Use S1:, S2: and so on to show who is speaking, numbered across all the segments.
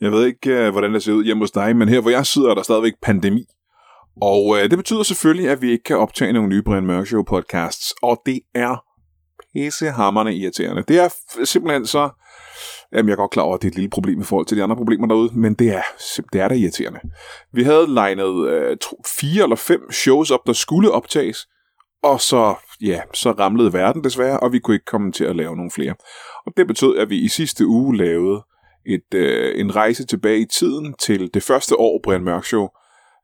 S1: Jeg ved ikke, øh, hvordan det ser ud hjemme hos dig, men her hvor jeg sidder, er der stadigvæk pandemi. Og øh, det betyder selvfølgelig, at vi ikke kan optage nogle nye Brian Mørk Show podcasts, og det er pissehammerne irriterende. Det er f- simpelthen så... Jamen, jeg er godt klar over, at det er et lille problem i forhold til de andre problemer derude, men det er, sim- det er da irriterende. Vi havde legnet øh, tro, fire eller fem shows op, der skulle optages, og så, ja, så ramlede verden desværre, og vi kunne ikke komme til at lave nogle flere. Og det betød, at vi i sidste uge lavede et, øh, en rejse tilbage i tiden til det første år, Brian Mørk Show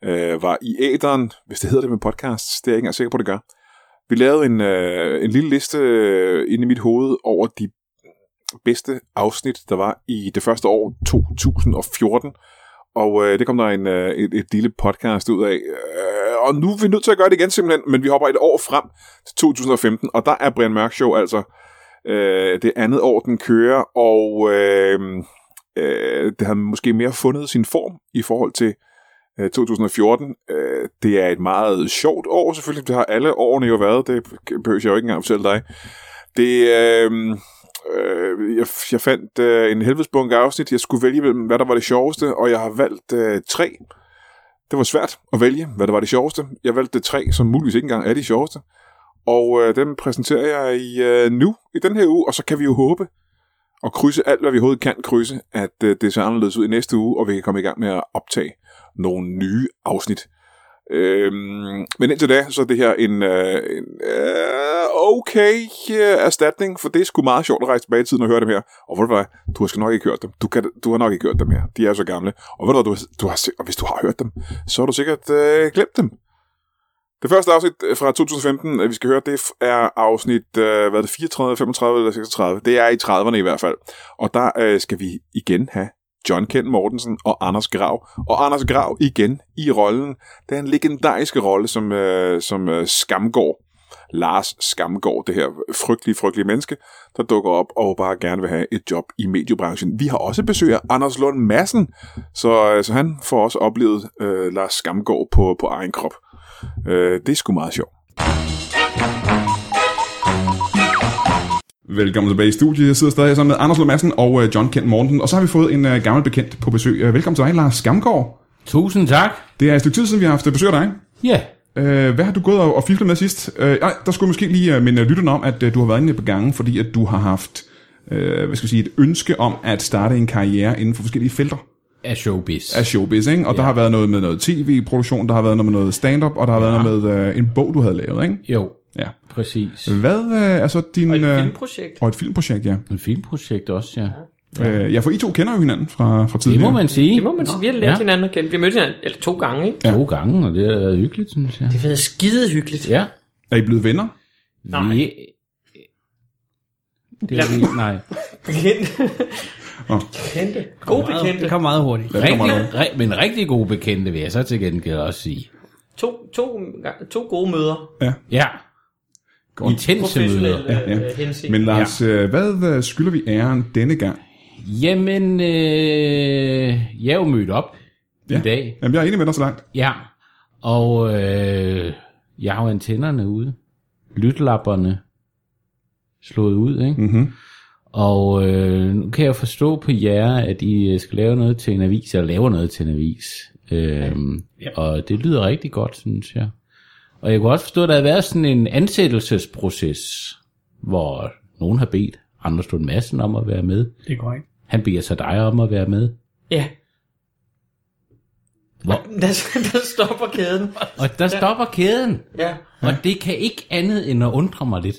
S1: øh, var i æderen, hvis det hedder det med podcasts, det er jeg ikke engang sikker på, det gør. Vi lavede en, øh, en lille liste øh, inde i mit hoved over de bedste afsnit, der var i det første år, 2014. Og øh, det kom der en, øh, et, et lille podcast ud af. Øh, og nu er vi nødt til at gøre det igen simpelthen, men vi hopper et år frem til 2015, og der er Brian Mørk Show altså øh, det andet år, den kører, og øh, øh, det har måske mere fundet sin form i forhold til øh, 2014. Øh, det er et meget sjovt år selvfølgelig, det har alle årene jo været, det behøver jeg jo ikke engang fortælle dig. Det, øh, øh, jeg, jeg fandt øh, en helvedes bunke afsnit, jeg skulle vælge, mellem, hvad der var det sjoveste, og jeg har valgt øh, tre. Det var svært at vælge, hvad der var det sjoveste. Jeg valgte tre, som muligvis ikke engang er de sjoveste. Og øh, dem præsenterer jeg i, øh, nu, i den her uge, og så kan vi jo håbe, og krydse alt, hvad vi overhovedet kan krydse, at øh, det ser anderledes ud i næste uge, og vi kan komme i gang med at optage nogle nye afsnit. Øhm, men indtil da, så er det her en, øh, en øh, okay øh, erstatning, for det er sgu meget sjovt at rejse tilbage i tiden og høre dem her. Og ved du hvad, du har sgu nok ikke hørt dem. Du, kan, du har nok ikke hørt dem her. De er så gamle. Og ved du hvad, du, har- du har, sik- og hvis du har hørt dem, så har du sikkert øh, glemt dem. Det første afsnit fra 2015, øh, vi skal høre, det er afsnit øh, hvad er det, 34, 35 eller 36. Det er i 30'erne i hvert fald. Og der øh, skal vi igen have John Kent Mortensen og Anders Grav. Og Anders Grav igen i rollen. Det er en legendariske rolle som, øh, som øh, Skamgård. Lars Skamgård, det her frygtelige, frygtelige menneske, der dukker op og bare gerne vil have et job i mediebranchen. Vi har også besøg af Anders Lund Madsen, så, øh, så han får også oplevet øh, Lars Skamgård på, på egen krop. Øh, det er sgu meget sjovt.
S2: Velkommen tilbage i studiet. Jeg sidder stadig sammen med Anders Lund Madsen og øh, John Kent Mortensen. Og så har vi fået en øh, gammel bekendt på besøg. Øh, Velkommen til dig, Lars Skamgaard.
S3: Tusind tak.
S2: Det er et stykke tid siden, vi har haft øh, besøg af dig.
S3: Ja,
S2: Øh, Hvad har du gået og og fiflet med sidst? Øh, Ej, der skulle jeg måske lige øh, minde lytterne om, at øh, du har været inde på gangen, fordi at du har haft øh, hvad skal jeg sige, et ønske om at starte en karriere inden for forskellige felter
S3: af showbiz.
S2: af showbiz. Ikke? Og ja. der har været noget med noget tv-produktion, der har været noget med noget stand-up, og der har ja. været noget med øh, en bog, du havde lavet. Ikke?
S3: Jo,
S2: Ja.
S3: præcis.
S2: Hvad øh, er så din...
S4: Et
S2: øh,
S4: filmprojekt.
S2: Og et filmprojekt, ja.
S3: Et filmprojekt også, ja.
S2: Øh, ja, for I to kender jo hinanden fra, fra
S3: Det
S2: tidligere.
S3: må man sige.
S4: Det må man sige. Vi har lært
S3: Ja.
S4: ja. hinanden at kende. Vi mødte hinanden eller to gange, ikke?
S3: To gange, og det har været hyggeligt, synes jeg.
S4: Det har været skide hyggeligt.
S3: Ja.
S2: Er I blevet venner?
S4: Nej.
S3: Vi... Det er vi... Nej.
S4: Bekendte.
S2: Nå.
S4: Bekendte. God bekendte.
S5: Det kom meget hurtigt.
S3: Rigtig, re, men rigtig gode bekendte, vil jeg så til gengæld også sige.
S4: To, to, to gode møder.
S3: Ja.
S2: Godt.
S3: Intense møder.
S4: Professionelle øh, ja,
S2: Ja, ja.
S4: ja. hensigt.
S2: Men Lars, ja. hvad øh, skylder vi æren denne gang?
S3: Jamen, øh, jeg er jo mødt op ja.
S2: Ja.
S3: i dag.
S2: Jamen, jeg er enig med dig så langt.
S3: Ja. Og øh, jeg har jo antennerne ude. Lytlapperne slået ud, ikke?
S2: Mm-hmm.
S3: Og øh, nu kan jeg forstå på jer, at I øh, skal lave noget til en avis, eller laver noget til en avis. Øhm, ja. Og det lyder rigtig godt, synes jeg. Og jeg kunne også forstå, at der har været sådan en ansættelsesproces, hvor nogen har bedt Anders Lund Madsen om at være med.
S5: Det er korrekt.
S3: Han beder så dig om at være med.
S4: Ja.
S3: Hvor?
S4: Der, der stopper kæden.
S3: Og der stopper kæden.
S4: Ja.
S3: Og det kan ikke andet end at undre mig lidt.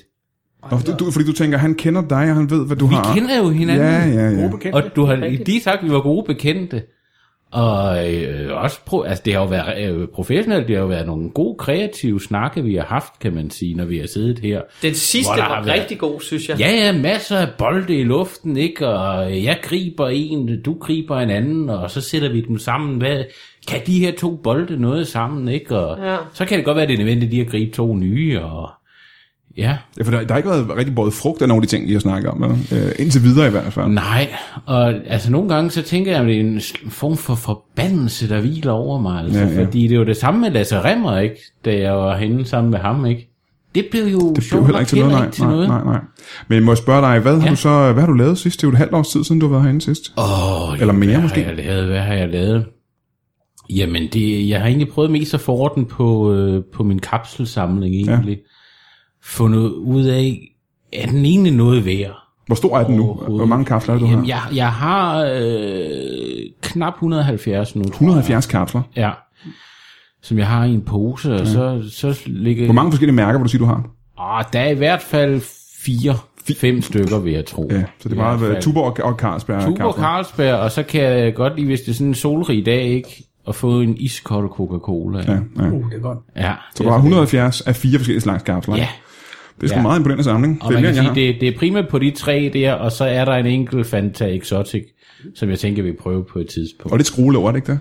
S2: Nå, du, du, fordi du tænker, han kender dig, og han ved, hvad du
S3: Vi
S2: har.
S3: kender jo hinanden.
S2: Ja, ja, ja.
S3: Og du har lige sagt, at vi var gode bekendte. Og øh, også pro, altså det har jo været øh, professionelt, det har jo været nogle gode kreative snakke, vi har haft, kan man sige, når vi har siddet her.
S4: Den sidste
S3: Hvor der
S4: var
S3: har været-
S4: rigtig god, synes jeg.
S3: Ja, ja, masser af bolde i luften, ikke? Og øh, jeg griber en, du griber en anden, og så sætter vi dem sammen. Hvad, kan de her to bolde noget sammen, ikke? Og
S4: Ja.
S3: så kan det godt være, det er nødvendigt lige at gribe to nye, og ja.
S2: Ja, for der, der har ikke været rigtig både frugt af nogle af de ting, I har snakket om. eller? Øh, indtil videre i hvert fald.
S3: Nej, og altså nogle gange så tænker jeg, at det er en sl- form for forbandelse, der hviler over mig. Altså, ja,
S2: Ja,
S3: ja.
S2: ja.
S3: Fordi det er jo det samme med Lasse Remmer, ikke? Da jeg var henne sammen med ham, ikke? det blev jo
S1: Det blev heller ikke til noget, nej,
S3: til
S1: nej,
S3: noget.
S1: nej, nej. Men må jeg spørge dig, hvad, ja. har
S3: Ja.
S1: du så, hvad har du lavet sidst? Det er jo et halvt års tid siden, du har været herinde sidst.
S3: Åh,
S1: Eller mere
S3: hvad
S1: måske?
S3: Har jeg lavet? Hvad har jeg lavet? Jamen, det, jeg har egentlig prøvet mest at få orden på, øh, på min kapselsamling egentlig. Ja. Fundet ud af, er den egentlig noget værd?
S1: Hvor stor er den nu? Hvor
S3: Overhovedet.
S1: mange kapsler er du
S3: Jamen,
S1: har?
S3: jeg, jeg har øh, knap 170 nu. tror jeg.
S1: 170 kapsler.
S3: Ja. Som jeg har i en pose, og så, så ligger...
S1: Hvor mange forskellige mærker, vil du sige, du har?
S3: Ah, der er i hvert fald fire, fem stykker, vil jeg tro.
S1: Ja, så det er
S3: I
S1: meget
S3: hvert
S1: ja,
S3: fald.
S1: Tuborg og- og Carlsberg.
S3: Tuborg
S1: kapsler.
S3: Carlsberg, og så kan jeg godt lide, hvis det er sådan en solrig dag, ikke? At få en iskold Coca-Cola. Ja.
S1: Ja, ja.
S6: Uh, det er godt.
S3: ja
S1: Så du har 170 af fire forskellige slags kapsler.
S3: Ja,
S1: Det er sgu
S3: Ja.
S1: meget imponerende samling.
S3: og
S1: det er
S3: man
S1: mere,
S3: kan
S1: end jeg
S3: sige,
S1: har.
S3: det, det er primært på de tre der, og så er der en enkelt Fanta Exotic, som jeg tænker, vi prøver på et tidspunkt.
S1: Og det er skruelåret, ikke det?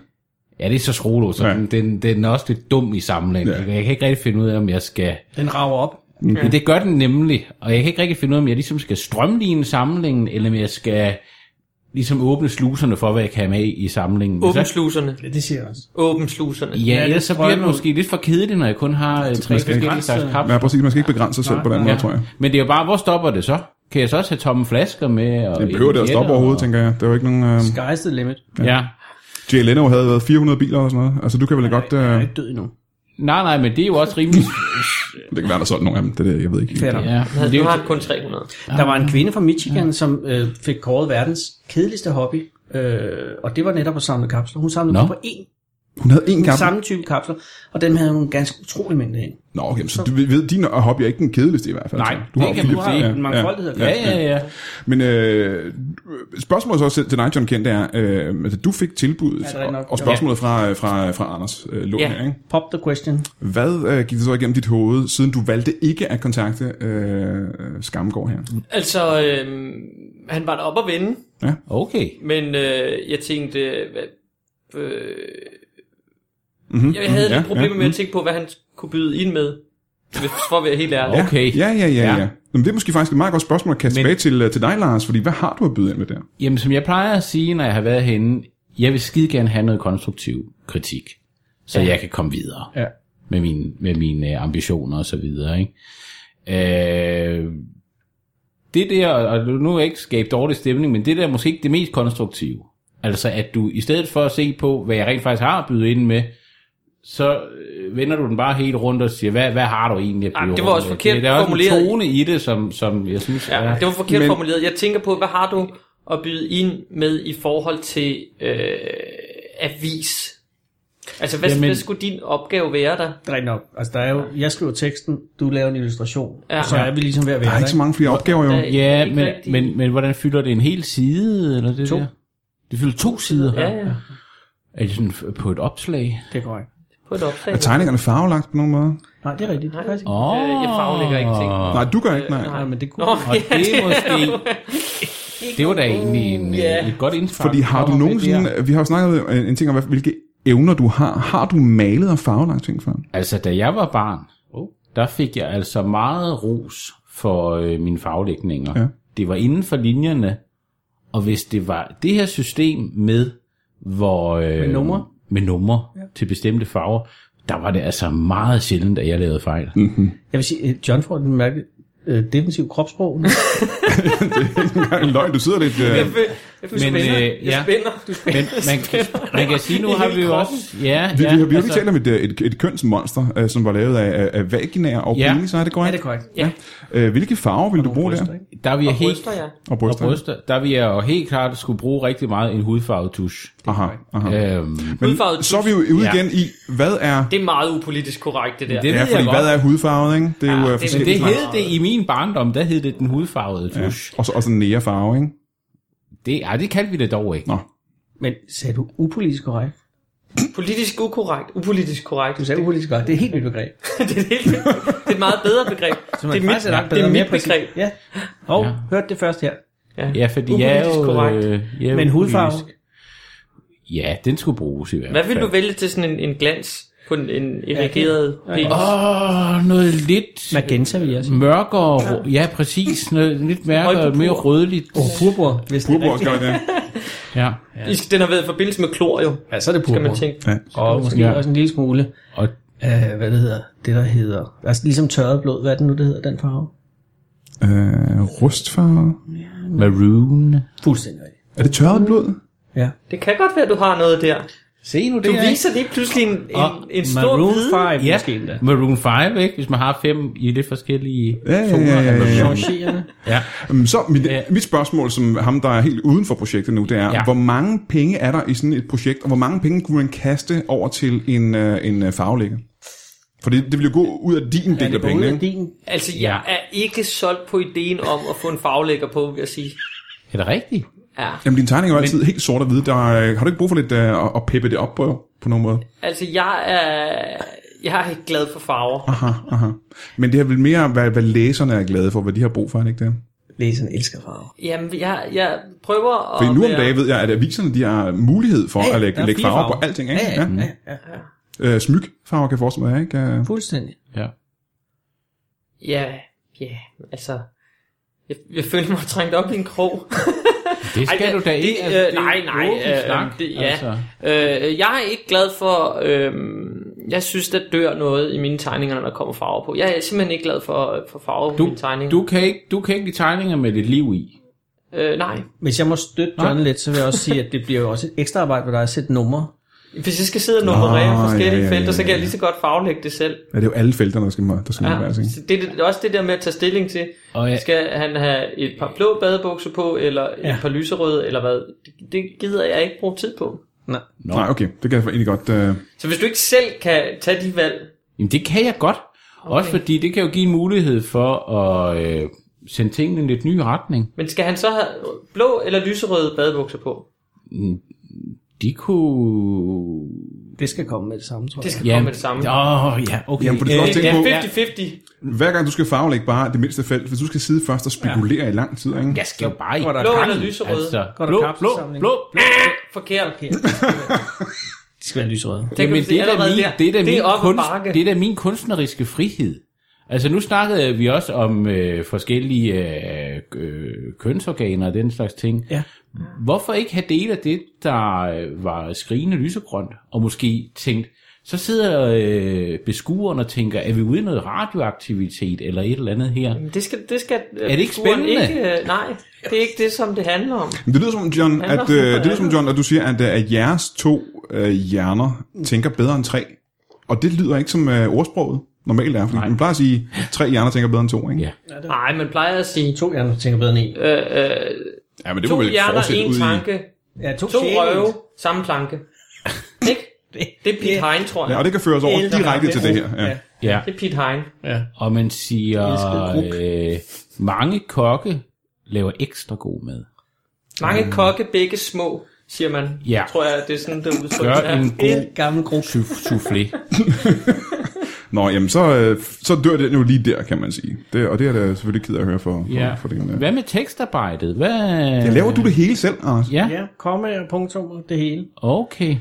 S3: Ja, det er så skrolo, så
S1: Ja.
S3: ja. den, den, den er også lidt dum i sammenligning.
S1: Ja.
S3: Ja. Jeg kan ikke rigtig finde ud af, om jeg skal...
S6: Den rager op.
S3: Mm. Men det gør den nemlig, og jeg kan ikke rigtig finde ud af, om jeg ligesom skal strømligne samlingen, eller om jeg skal ligesom åbne sluserne for, hvad jeg kan have med i samlingen. Hvis
S4: Åbn
S3: jeg-
S4: sluserne.
S6: Ja, det siger jeg også.
S4: Åbn sluserne.
S3: Ja, ja ellers
S6: det
S3: så bliver det
S6: strømmer.
S3: måske lidt for kedeligt, når jeg kun har øh, tre forskellige
S6: begrænse-
S3: slags kapsler.
S1: Ja, præcis. Man skal ikke begrænse sig selv på den måde, tror jeg.
S3: Men det er jo bare, hvor stopper det så? Kan jeg så også have tomme flasker med? Og
S1: Det behøver det at
S3: etiketter
S1: stoppe overhovedet, tænker jeg. Der er jo ikke nogen... Øh...
S6: Sky's the limit.
S3: og- Ja.
S1: Jay Leno havde været 400 biler og sådan noget. Altså, du kan vel godt... Øh...
S6: Jeg er ikke død endnu.
S3: Nej, nej, men det er jo også rimelig...
S1: Det kan være, der er solgt nogle af dem. Det der, jeg ved ikke.
S6: Fatter.
S3: ja, men det er
S4: Du
S3: jo
S4: har kun 300.
S6: Der var en kvinde fra Michigan, som øh, fik kåret verdens kedeligste hobby, øh, og det var netop at samle kapsler. Hun samlede
S3: Nå.
S6: no. på én,
S1: Hun havde én
S6: den
S1: kapsel.
S6: samme type kapsler, og den havde hun ganske utrolig mængde af.
S1: Nå, okay, så du ved, din hobby er ikke den kedeligste i hvert fald.
S3: Nej,
S1: altså.
S3: det kan man
S1: Philips.
S3: sige.
S6: En mangfoldighed af
S1: Ja,
S3: Ja, ja, ja.
S1: Men øh, spørgsmålet så også til dig, John Kent, er, øh, altså, du fik tilbuddet,
S6: det er
S1: ja,
S6: rigtigt nok.
S1: og, og spørgsmålet fra, øh, fra, fra Anders øh, Lund
S4: Ja.
S1: her, ikke?
S6: Pop the question.
S1: Hvad øh, gik det så igennem dit hoved, siden du valgte ikke at kontakte øh, Skamgård her?
S4: Altså, øh, han var deroppe at vende,
S3: Okay.
S4: men øh, jeg tænkte... Hvad, øh, jeg havde
S1: mhm,
S4: lidt
S1: ja,
S4: problemer
S1: ja,
S4: med at tænke på, hvad han kunne byde ind med. Hvis for at være helt ærlig.
S3: Okay.
S1: Ja, ja, ja. ja.
S3: Ja.
S1: ja. Nå, men det er måske faktisk et meget godt spørgsmål at kaste
S3: Men-
S1: tilbage til, øh, til dig, Lars, fordi hvad har du at byde ind med der?
S3: Jamen, som jeg plejer at sige, når jeg har været henne, jeg vil skide gerne have noget konstruktiv kritik, så jeg kan komme videre
S6: Ja.
S3: med, mine, med mine øh, ambitioner og så videre, ikke? Øh, det der, og nu er jeg ikke skabe dårlig stemning, men det der er måske ikke det mest konstruktive. Altså, at du i stedet for at se på, hvad jeg rent faktisk har at byde ind med, så øh, vender du den bare helt rundt og siger, hvad, hvad har du egentlig at byde
S4: Ah, det var
S3: rundt
S4: også
S3: med?
S4: forkert
S3: Det- Der er også
S4: formuleret.
S3: en tone i det, som, som jeg synes
S4: Ja,
S3: er...
S4: det var forkert
S1: Men-
S4: men... formuleret. Jeg tænker på, hvad har du at byde ind med i forhold til øh, avis? Altså, hvad,
S3: Jamen-
S4: Jamen... hvad skulle din opgave være der?
S6: Det er rigtigt nok. Altså, der er jo, jeg skriver teksten, du laver en illustration,
S4: Ja.
S6: ja. så er vi ligesom ved at
S1: Der
S6: være
S1: er ikke så
S6: der.
S1: mange flere opgaver, jo.
S4: Der-
S3: Ja,
S4: Ikke
S3: men,
S4: rigtig.
S3: men, men hvordan fylder det en hel side? Eller det
S6: To.
S3: Der? Det fylder to sider?
S4: Ja, ja.
S3: Er det sådan f- på et opslag?
S6: Det er korrekt.
S4: På et opslag.
S1: Er tegningerne farvelagt på nogen måde?
S6: Nej, det er rigtigt. Nej, faktisk.
S3: Åh,
S4: Øh, jeg faglægger ikke ting.
S3: Og
S1: Nej, du gør ikke, nej.
S6: Øh, Nej, men det kunne...
S4: Nå, ja,
S3: det er måske... Det var da egentlig en,
S4: Ja.
S3: yeah. et godt indspark.
S1: Fordi har du
S3: Nå,
S1: nogensinde,
S3: det der.
S1: vi har jo snakket om øh, en, en ting om, hvad- hvilke evner du har. Har du malet og farvelagt ting før?
S3: Altså, da jeg var barn,
S1: Oh.
S3: der fik jeg altså meget ros for øh, mine faglægninger.
S1: Ja.
S3: Det var inden for linjerne, og hvis det var det her system med, hvor... Øh,
S6: Med numre?
S3: Med numre ja. til bestemte farver, der var det altså meget sjældent, at jeg lavede fejl. Mm.
S6: Jeg vil sige, øh, John får den mærke øh, defensiv kropssprog. nu.
S1: En løgn, du sidder lidt... Øh,
S4: Jeg føl- jeg føler,
S3: Men,
S4: spænder.
S3: øh,
S4: Jeg
S3: ja.
S4: spænder. Du
S3: Men
S4: spænder.
S3: man, kan- man kan sige, nu
S4: I
S3: har
S4: hele
S3: vi jo
S4: kroppen.
S3: også... Ja,
S1: vi,
S3: ja,
S1: vi har virkelig altså, talt om et, øh, et, et kønsmonster, øh, som var lavet af, af- af vaginaer og
S3: Ja.
S1: peniser, er det
S6: Ja,
S1: korrekt?
S6: det er korrekt.
S4: Ja,
S1: Øh, hvilke farver vil du bruge der?
S6: Bryster, ikke?
S3: der vi er
S4: og
S3: helt,
S4: bryster, ja.
S1: Og
S3: og
S1: bryster.
S3: bryster, der vi er jo helt klart skulle bruge rigtig meget en hudfarvetusch.
S1: Aha, aha.
S3: Øhm,
S4: Hudfarvet
S1: Men så er vi jo ude
S3: Ja.
S1: igen i, hvad er...
S4: Det er meget upolitisk korrekt, det der.
S3: Det-
S4: Det,
S1: Ja,
S3: ved jeg
S1: fordi
S3: godt.
S1: hvad er hudfarvet, ikke? Det er jo øh,
S4: det-
S3: men
S1: forskellige
S3: det
S1: slags.
S3: hed det i min barndom, der hed det den hudfarvede tusch. Ja.
S1: Og så, og så nærefarve, ikke?
S3: Det, ja, det kaldte vi det dog ikke.
S1: Nå.
S6: Men sagde du upolitisk korrekt?
S4: politisk ukorrekt. Upolitisk korrekt.
S6: Du sagde upolitisk korrekt. Det er et helt nyt begreb.
S4: det, er et helt, det er et meget bedre begreb. Det er mit,
S6: faktisk langt
S4: det
S6: bedre,
S4: er
S6: mere
S4: mit
S6: præcist.
S4: begreb.
S6: Ja. Og
S3: Ja.
S6: ja. hørte det først her.
S3: Ja, fordi jeg er
S4: Upolitisk
S3: jo...
S4: korrekt.
S3: Øh, jeg er jo
S6: Men hudfarve.
S3: upolitisk. Ja, den skulle bruges i hvert
S4: Hvad
S3: fald.
S4: vil du vælge til sådan en, en glans på en, en erigeret penis?
S3: Åh, oh, noget lidt
S6: Magenta vil jeg sige.
S3: mørkere... rå- Ja, præcis. Noget lidt mørkere,
S4: Højpurpur.
S3: mere rødligt.
S6: Og purpur, hvis det er
S1: Purpur
S6: rigtigt.
S1: skal det.
S3: Ja.
S4: I skal- Den har været i forbindelse med klor, jo,
S6: Ja, så er det
S4: kan
S6: purpur.
S4: man tænke.
S1: Ja.
S6: Og måske
S3: Ja.
S6: også en lille smule
S3: Og
S6: af, hvad det hedder, det der hedder, altså ligesom tørret blod, hvad er det nu, det hedder, den farve?
S1: Øh, rustfarvet.
S3: Maroon.
S6: Fuldstændig rigtigt.
S1: Er det tørret blod?
S6: Ja.
S4: Det kan godt være, du har noget der.
S3: Se nu
S4: Du
S3: det,
S4: viser lige pludselig en, en, en stor
S6: Maroon
S4: viden.
S6: 5
S3: Ja,
S6: måske endda.
S3: Maroon 5, ikke? Hvis man har fem i lidt forskellige
S1: Ja, ja, ja,
S3: zoner.
S1: ja, ja.
S6: Changerende.
S3: ja.
S1: Jamen, Så mit,
S3: Ja.
S1: mit spørgsmål, som ham, der er helt uden for projektet nu, det er, ja.
S3: Ja.
S1: hvor mange penge er der i sådan et projekt, og hvor mange penge kunne man kaste over til en, øh, en øh, farvelægger? For det, det vil jo gå ud af din del af pengene,
S6: Både
S1: ikke?
S6: din
S4: Altså, jeg er ikke solgt på ideen om at få en faglægger på, vil jeg sige.
S3: Er det rigtigt?
S4: Ja.
S1: Jamen, din tegning er jo altid helt sort og hvid. Der, er- har du ikke brug for lidt øh, at, at peppe det op på, på nogen måde?
S4: Altså, jeg er, jeg er ikke glad for farver.
S1: Aha, aha. Men det her vil mere være, hvad læserne er glade for, hvad de har brug for, er det ikke det?
S6: læseren elsker farver.
S4: Jamen, jeg, jeg prøver at
S1: For nu om
S4: være-
S1: dagen ved jeg, at aviserne de har mulighed for at
S6: der
S1: lægge,
S6: er
S1: lægge
S6: fire
S1: farver,
S6: farver.
S1: på alting, ikke?
S6: Ja, ja, ja. ja.
S1: Øh, smykfarver kan jeg forestille mig, ikke? Øh,
S6: Fuldstændig.
S3: Ja.
S4: Ja, ja, altså... Jeg, jeg følte mig trængt op i en krog.
S3: Det skal
S4: Ej,
S3: du da
S4: det-
S3: ikke. Altså,
S4: øh,
S3: det er jo
S4: nej,
S3: en
S4: nej,
S3: åben
S4: øh,
S3: snak, altså.
S4: det- ja. Øh, jeg er ikke glad for... Øh, jeg synes, der dør noget i mine tegninger, når der kommer farver på. Jeg er simpelthen ikke glad for, for farver på mine tegninger.
S3: Du, du, kan ikke, du kan ikke lide tegninger med dit liv i.
S4: Øh, nej.
S6: Hvis jeg må støtte John lidt, så vil jeg også sige, at det bliver jo også et ekstra arbejde for dig at sætte numre.
S4: Hvis jeg skal sidde og nummerere
S1: Nå,
S4: forskellige
S1: ja, ja,
S4: felter, så
S1: ja,
S4: kan jeg
S1: ja.
S4: lige så godt faglægge det selv.
S1: ja, det er jo alle felterne, der skal, der skal ja.
S4: Ja,
S1: være, ikke?
S4: så det, er det er også det der med at tage stilling til,
S3: Og jeg-
S4: skal han have et par blå badebukser på, eller et par lyserøde, eller hvad? Det, det gider jeg ikke bruge tid på.
S6: Nej.
S1: Nå. Nej, okay. Det kan jeg egentlig godt... Øh,
S4: Så hvis du ikke selv kan tage de valg,
S3: Jamen, det kan jeg godt. Okay. Også fordi det kan jo give en mulighed for at øh, sende tingene i en lidt ny retning.
S4: men skal han så have blå eller lyserøde badebukser på?
S3: De kunne...
S6: Det skal komme med det samme, tror jeg.
S4: Det skal komme med det samme.
S3: Åh, ja, okay.
S1: Jamen, for det er
S3: Øh,
S1: også tænke
S4: Ja,
S1: på,
S4: 50-50.
S1: hver gang du skal farvelægge bare det mindste felt, hvis du skal sidde først og spekulere ja. i lang tid, ikke?
S3: jeg skal jo bare i
S6: Går der
S4: Blå
S3: gang,
S4: eller lyserøde?
S3: Altså,
S6: Går der
S3: blå, blå,
S6: kapselsamling?
S3: blå, blå.
S4: Forkert.
S6: Det skal være lyserøde.
S4: kan
S3: Jamen,
S4: man sige
S3: det er, da
S4: allerede
S3: min,
S4: der.
S3: det, er da
S4: Det
S3: min
S4: er op ad
S3: kunst,
S4: bakke.
S3: det er da min kunstneriske frihed. Altså nu snakkede vi også om øh, forskellige øh, øh, kønsorganer og den slags ting.
S6: Ja.
S3: Hvorfor ikke have dele af det, der øh, var skrigende lysegrønt, og måske tænkt, så sidder øh, beskueren og tænker, er vi ude i noget radioaktivitet eller et eller andet her?
S4: Det skal, det skal er
S3: det ikke spændende?
S4: Ikke, øh, nej, det er ikke det, som det handler om.
S1: Men det lyder som, John, at, øh, det lyder som, John, at du siger, at, øh, at jeres to øh, hjerner tænker bedre end tre. Og det lyder ikke som øh, ordsproget normalt er, fordi Nej. man plejer at sige, tre hjerner tænker bedre end to, ikke?
S3: Ja.
S4: Nej, man plejer at sige,
S6: To hjerner tænker bedre end en.
S4: øh, øh,
S1: ja men det
S4: to
S1: må vel
S4: hjerner,
S1: fortsætte
S4: en
S1: ud i...
S4: tanke,
S6: Ja,
S4: to røve, samme planke. Ikke? Det er Pete Hein, tror
S1: Ja, og
S4: jeg.
S1: det kan føre os over direkte til det her. Ja.
S3: Ja.
S4: Det er Pete Hein.
S6: ja.
S3: Og man siger,
S6: Elsket ruk.
S3: øh, mange kokke laver ekstra god mad.
S4: Mange kokke, begge små, siger man.
S3: Mm. Ja.
S4: Tror jeg, det er sådan, det udtryk
S3: Gør
S4: er.
S3: en god
S6: Helt gammel grus.
S3: sou- soufflé.
S1: Nå, jamen så, øh, så dør det nu lige der, kan man sige. Det, og det er da selvfølgelig ked af at høre for,
S3: Ja.
S1: for, for din... Øh.
S3: Hvad med tekstarbejdet? Hvad...
S1: Ja, Laver du det hele selv, Anders?
S3: Ja,
S6: Ja, komma og punktummer, det hele.
S3: okay.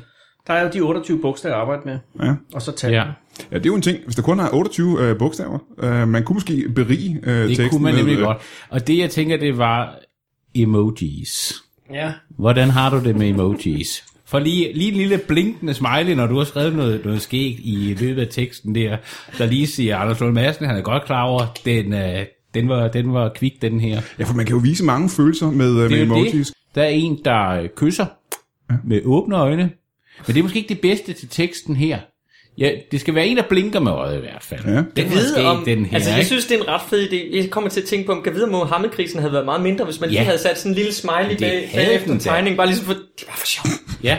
S6: Der er jo de 28 bogstaver at arbejde med,
S1: ja.
S6: og så tal.
S3: Ja.
S1: Ja, det er jo en ting. Hvis der kun er 28 øh, bogstaver, øh, man kunne måske berige øh,
S3: Det
S1: teksten.
S3: kunne man
S1: med,
S3: nemlig
S1: øh,
S3: godt. Og det, jeg tænker, det var emojis.
S6: ja.
S3: Hvordan har du det med emojis? For lige, lige en lille blinkende smiley, når du har skrevet noget, noget skægt i løbet af teksten der, der lige siger Anders Lund Madsen, han er godt klar over, den, øh, den, var, den var kvik, den her.
S1: Ja, for man kan jo vise mange følelser med, øh,
S3: Det
S1: med
S3: er jo
S1: emojis.
S3: det. Der er en, der øh, kysser med åbne øjne. Men det er måske ikke det bedste til teksten her. Ja, det skal være en, der blinker med øjet i hvert fald.
S1: Ja.
S3: Den var
S4: Vide
S3: skæg,
S4: om,
S3: den her,
S4: altså, jeg
S3: ikke?
S4: synes, det er en ret fed idé. Jeg kommer til at tænke på, om Gavide og Mohammed-krisen havde været meget mindre, hvis man lige
S3: Ja.
S4: havde sat sådan en lille smiley bag,
S3: havde
S4: bag efter
S3: den da.
S4: tegningen. Bare ligesom for, det var for sjovt.
S3: Ja.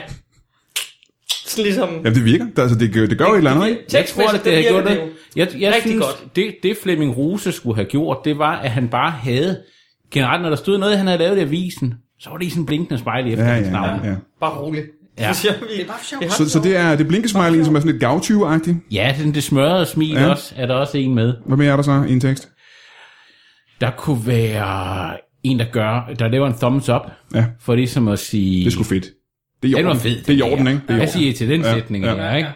S4: Sådan ligesom,
S1: Jamen, det virker. Det, altså, det, gør- det gør jo et eller andet, ikke?
S3: Jeg tror, at
S4: tekstmæssigt,
S3: det,
S4: der
S3: havde
S4: virker
S3: gjort
S4: det
S3: det.
S4: jo.
S3: Jeg, jeg
S4: Rigtig
S3: synes,
S4: godt.
S3: det, det Flemming Rose skulle have gjort, det var, at han bare havde, generelt når der stod noget, han havde lavet i avisen, så var det i sådan en blinkende smiley efter
S1: Ja,
S3: hans navn.
S1: ja, ja.
S4: Bare roligt.
S3: Ja.
S4: Det, siger vi. det var sjovt.
S1: Så, så det er det blinkesmiley, som er sådan lidt gavtyve-agtigt.
S3: ja sådan det smørrede smil
S1: Ja.
S3: ja. også, er der også en med.
S1: Hvad mere er der så i en tekst?
S3: Der kunne være en, der gør, der laver en thumbs up,
S1: Ja.
S3: for ligesom at sige...
S1: Det er sgu fedt. Det er i
S3: Den var
S1: orden.
S3: fed.
S1: Det er i orden, ikke? Det er i
S3: Hvad
S1: orden.
S3: siger I til den
S1: Ja,
S3: sætning
S1: ja.
S3: her, ikke?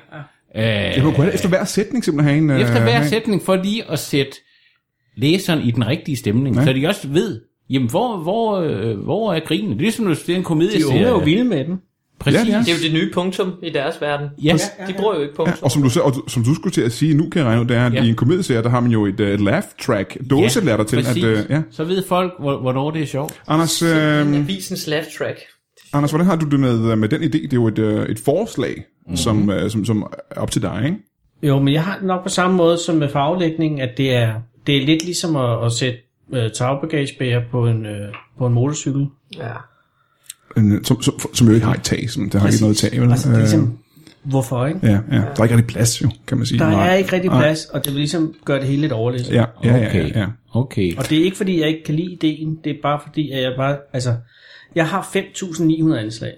S1: Jeg
S3: Øh,
S1: kunne have efter hver sætning simpelthen have en... øh,
S3: efter hver
S1: have en-
S3: sætning, for lige at sætte læseren i den rigtige stemning, så de også ved, jamen, hvor, hvor, øh, hvor er grinen? Det er ligesom, hvis det er en komedie.
S6: De unge er jo vilde med den.
S3: Præcis.
S1: Ja,
S4: Det er jo det nye punktum i deres verden.
S3: Ja,
S4: De bruger jo ikke
S1: Ja,
S4: punktum.
S1: og som du, selv- og du- som du skulle til at sige, nu kan jeg regne ud, det er, at
S3: Ja.
S1: i en komedieserie, der har man jo et uh, laugh track, dåselatter til,
S3: præcis.
S1: at... Uh, ja.
S3: Så ved folk, hvor- hvornår det er sjovt.
S1: Anders, øh,
S4: Avisens laugh track.
S1: Anders, hvordan har du det med, øh, med den idé? Det er jo et, øh, et forslag, mm-hmm. som, øh, som, som er op til dig, ikke?
S6: Jo, men jeg har det nok på samme måde som med farvelægningen, at det er, det er lidt ligesom at, at sætte øh, tagbagagebæger på en, øh, på en motorcykel.
S4: Ja.
S1: En, øh, som, som, som jo ikke har et tag, som der har ikke noget tag, vel?
S6: Altså, det er
S1: Øh,
S6: ligesom, hvorfor ikke?
S1: ja, ja. Der er ikke rigtig plads, jo, kan man sige.
S6: Der
S1: Nej.
S6: er ikke rigtig plads, og det vil ligesom gøre det hele lidt overlæst.
S1: Ja, ja, ja,
S3: Okay.
S1: ja, ja.
S3: Okay.
S6: Og det er ikke fordi, jeg ikke kan lide ideen, det er bare fordi, at jeg bare, altså, jeg har 5.900 anslag,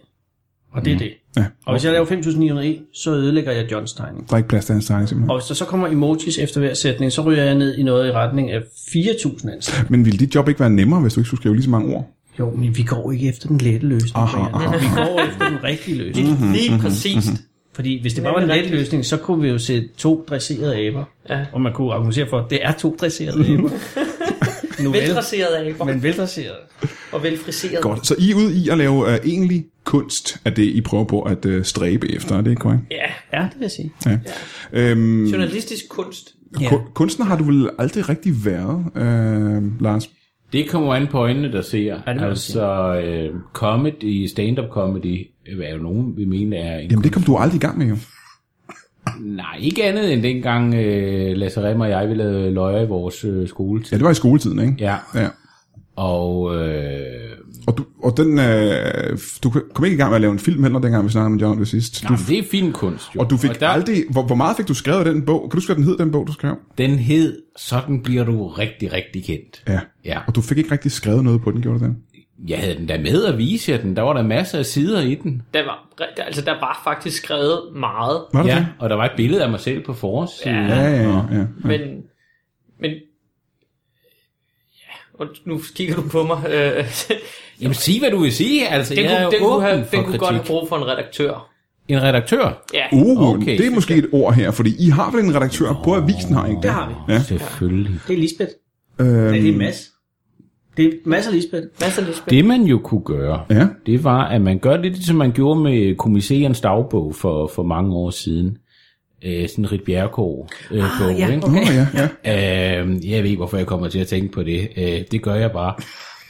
S6: og det er det.
S1: Ja.
S6: Og hvis jeg laver 5.901, E, så ødelægger jeg Johns tegning.
S1: Der er ikke plads til hans tegning, simpelthen.
S6: Og hvis der så kommer emojis efter hver sætning, så ryger jeg ned i noget i retning af 4.000 anslag.
S1: Men ville dit job ikke være nemmere, hvis du ikke skulle skrive lige så mange ord?
S6: Jo, men vi går ikke efter den lette løsning.
S1: Aha,
S6: Brian.
S1: aha.
S6: Vi går efter den rigtige løsning.
S1: Mhm,
S4: Lige præcist.
S6: Fordi hvis det bare var en let løsning, så kunne vi jo se to dresserede æber.
S4: Ja.
S6: Og man kunne argumentere for, at det er to dresserede æber. nu vel,
S4: Veldresserede aber.
S6: men veldresserede.
S4: Og velfriserede.
S1: Godt. Så I er ude i at lave uh, egentlig kunst, er det, I prøver på at uh, stræbe efter, er det ikke korrekt?
S4: Ja.
S6: Ja, det vil jeg sige.
S1: Øhm,
S4: Journalistisk kunst.
S6: Ja.
S1: ku- kunstner har du vel aldrig rigtig været, uh, Lars?
S3: Det kommer an på øjnene, der ser.
S6: det må man
S3: altså, øh, comedy, stand-up comedy, øh, er jo nogen, vi mener er en...
S1: Jamen, det kom du aldrig i gang med, jo.
S3: Nej, ikke andet end dengang øh, Lasse Remmer og jeg, vi lavede løjer i vores øh,
S1: Ja,
S3: skoletid.
S1: det var i skoletiden, ikke?
S3: Ja,
S1: ja.
S3: og øh,
S1: Og, du, og den, øh, du kom ikke i gang med at lave en film heller, dengang vi snakkede med John det sidst. Du,
S3: jamen, det er filmkunst jo.
S1: og du fik og
S3: der,
S1: der... aldrig... Hvor, hvor meget fik du skrevet af den bog? Kan du skrive, den hed, den bog, du skrev?
S3: Den hed, sådan bliver du rigtig, rigtig kendt.
S1: Ja.
S3: Ja.
S1: Og du fik ikke rigtig skrevet noget på den, gjorde du det?
S3: Jeg havde den da med at vise jer den. Der var der masser af sider i den.
S4: Der var, der, altså, der var faktisk skrevet meget.
S1: Var det
S3: Ja,
S1: det?
S3: og der var et billede af mig selv på forsiden.
S4: Ja.
S1: Ja, ja, ja. ja.
S3: Mm.
S4: Men, men ja, og nu kigger du på mig. Øh,
S3: Jamen sig, hvad du vil sige. Altså,
S4: den,
S3: jeg er
S4: kunne,
S3: jo
S4: den, kunne,
S3: åben
S4: have,
S3: for
S4: den kunne godt have
S3: kritik.
S4: brug for en redaktør.
S3: En redaktør?
S4: Ja,
S1: Uh, okay,
S3: Okay,
S1: det er måske et ord her, fordi I har vel en redaktør på avisen, har I ikke
S6: Det har vi.
S1: Ja.
S3: Selvfølgelig.
S6: Det er Lisbeth.
S1: Øhm,
S6: Nej, det er Mads. Det er Mads og Lisbeth.
S4: masser af Lisbeth.
S3: Det man jo kunne gøre,
S1: Ja,
S3: det var, at man gør lidt, som man gjorde med kommissærens dagbog for, for mange år siden. Øh, sådan Rit Bjerregaard øh, ah, bog, ja, ikke?
S1: okay. oh, ja, ja.
S3: Øh, jeg ved ikke, hvorfor jeg kommer til at tænke på det. Øh, det gør jeg bare.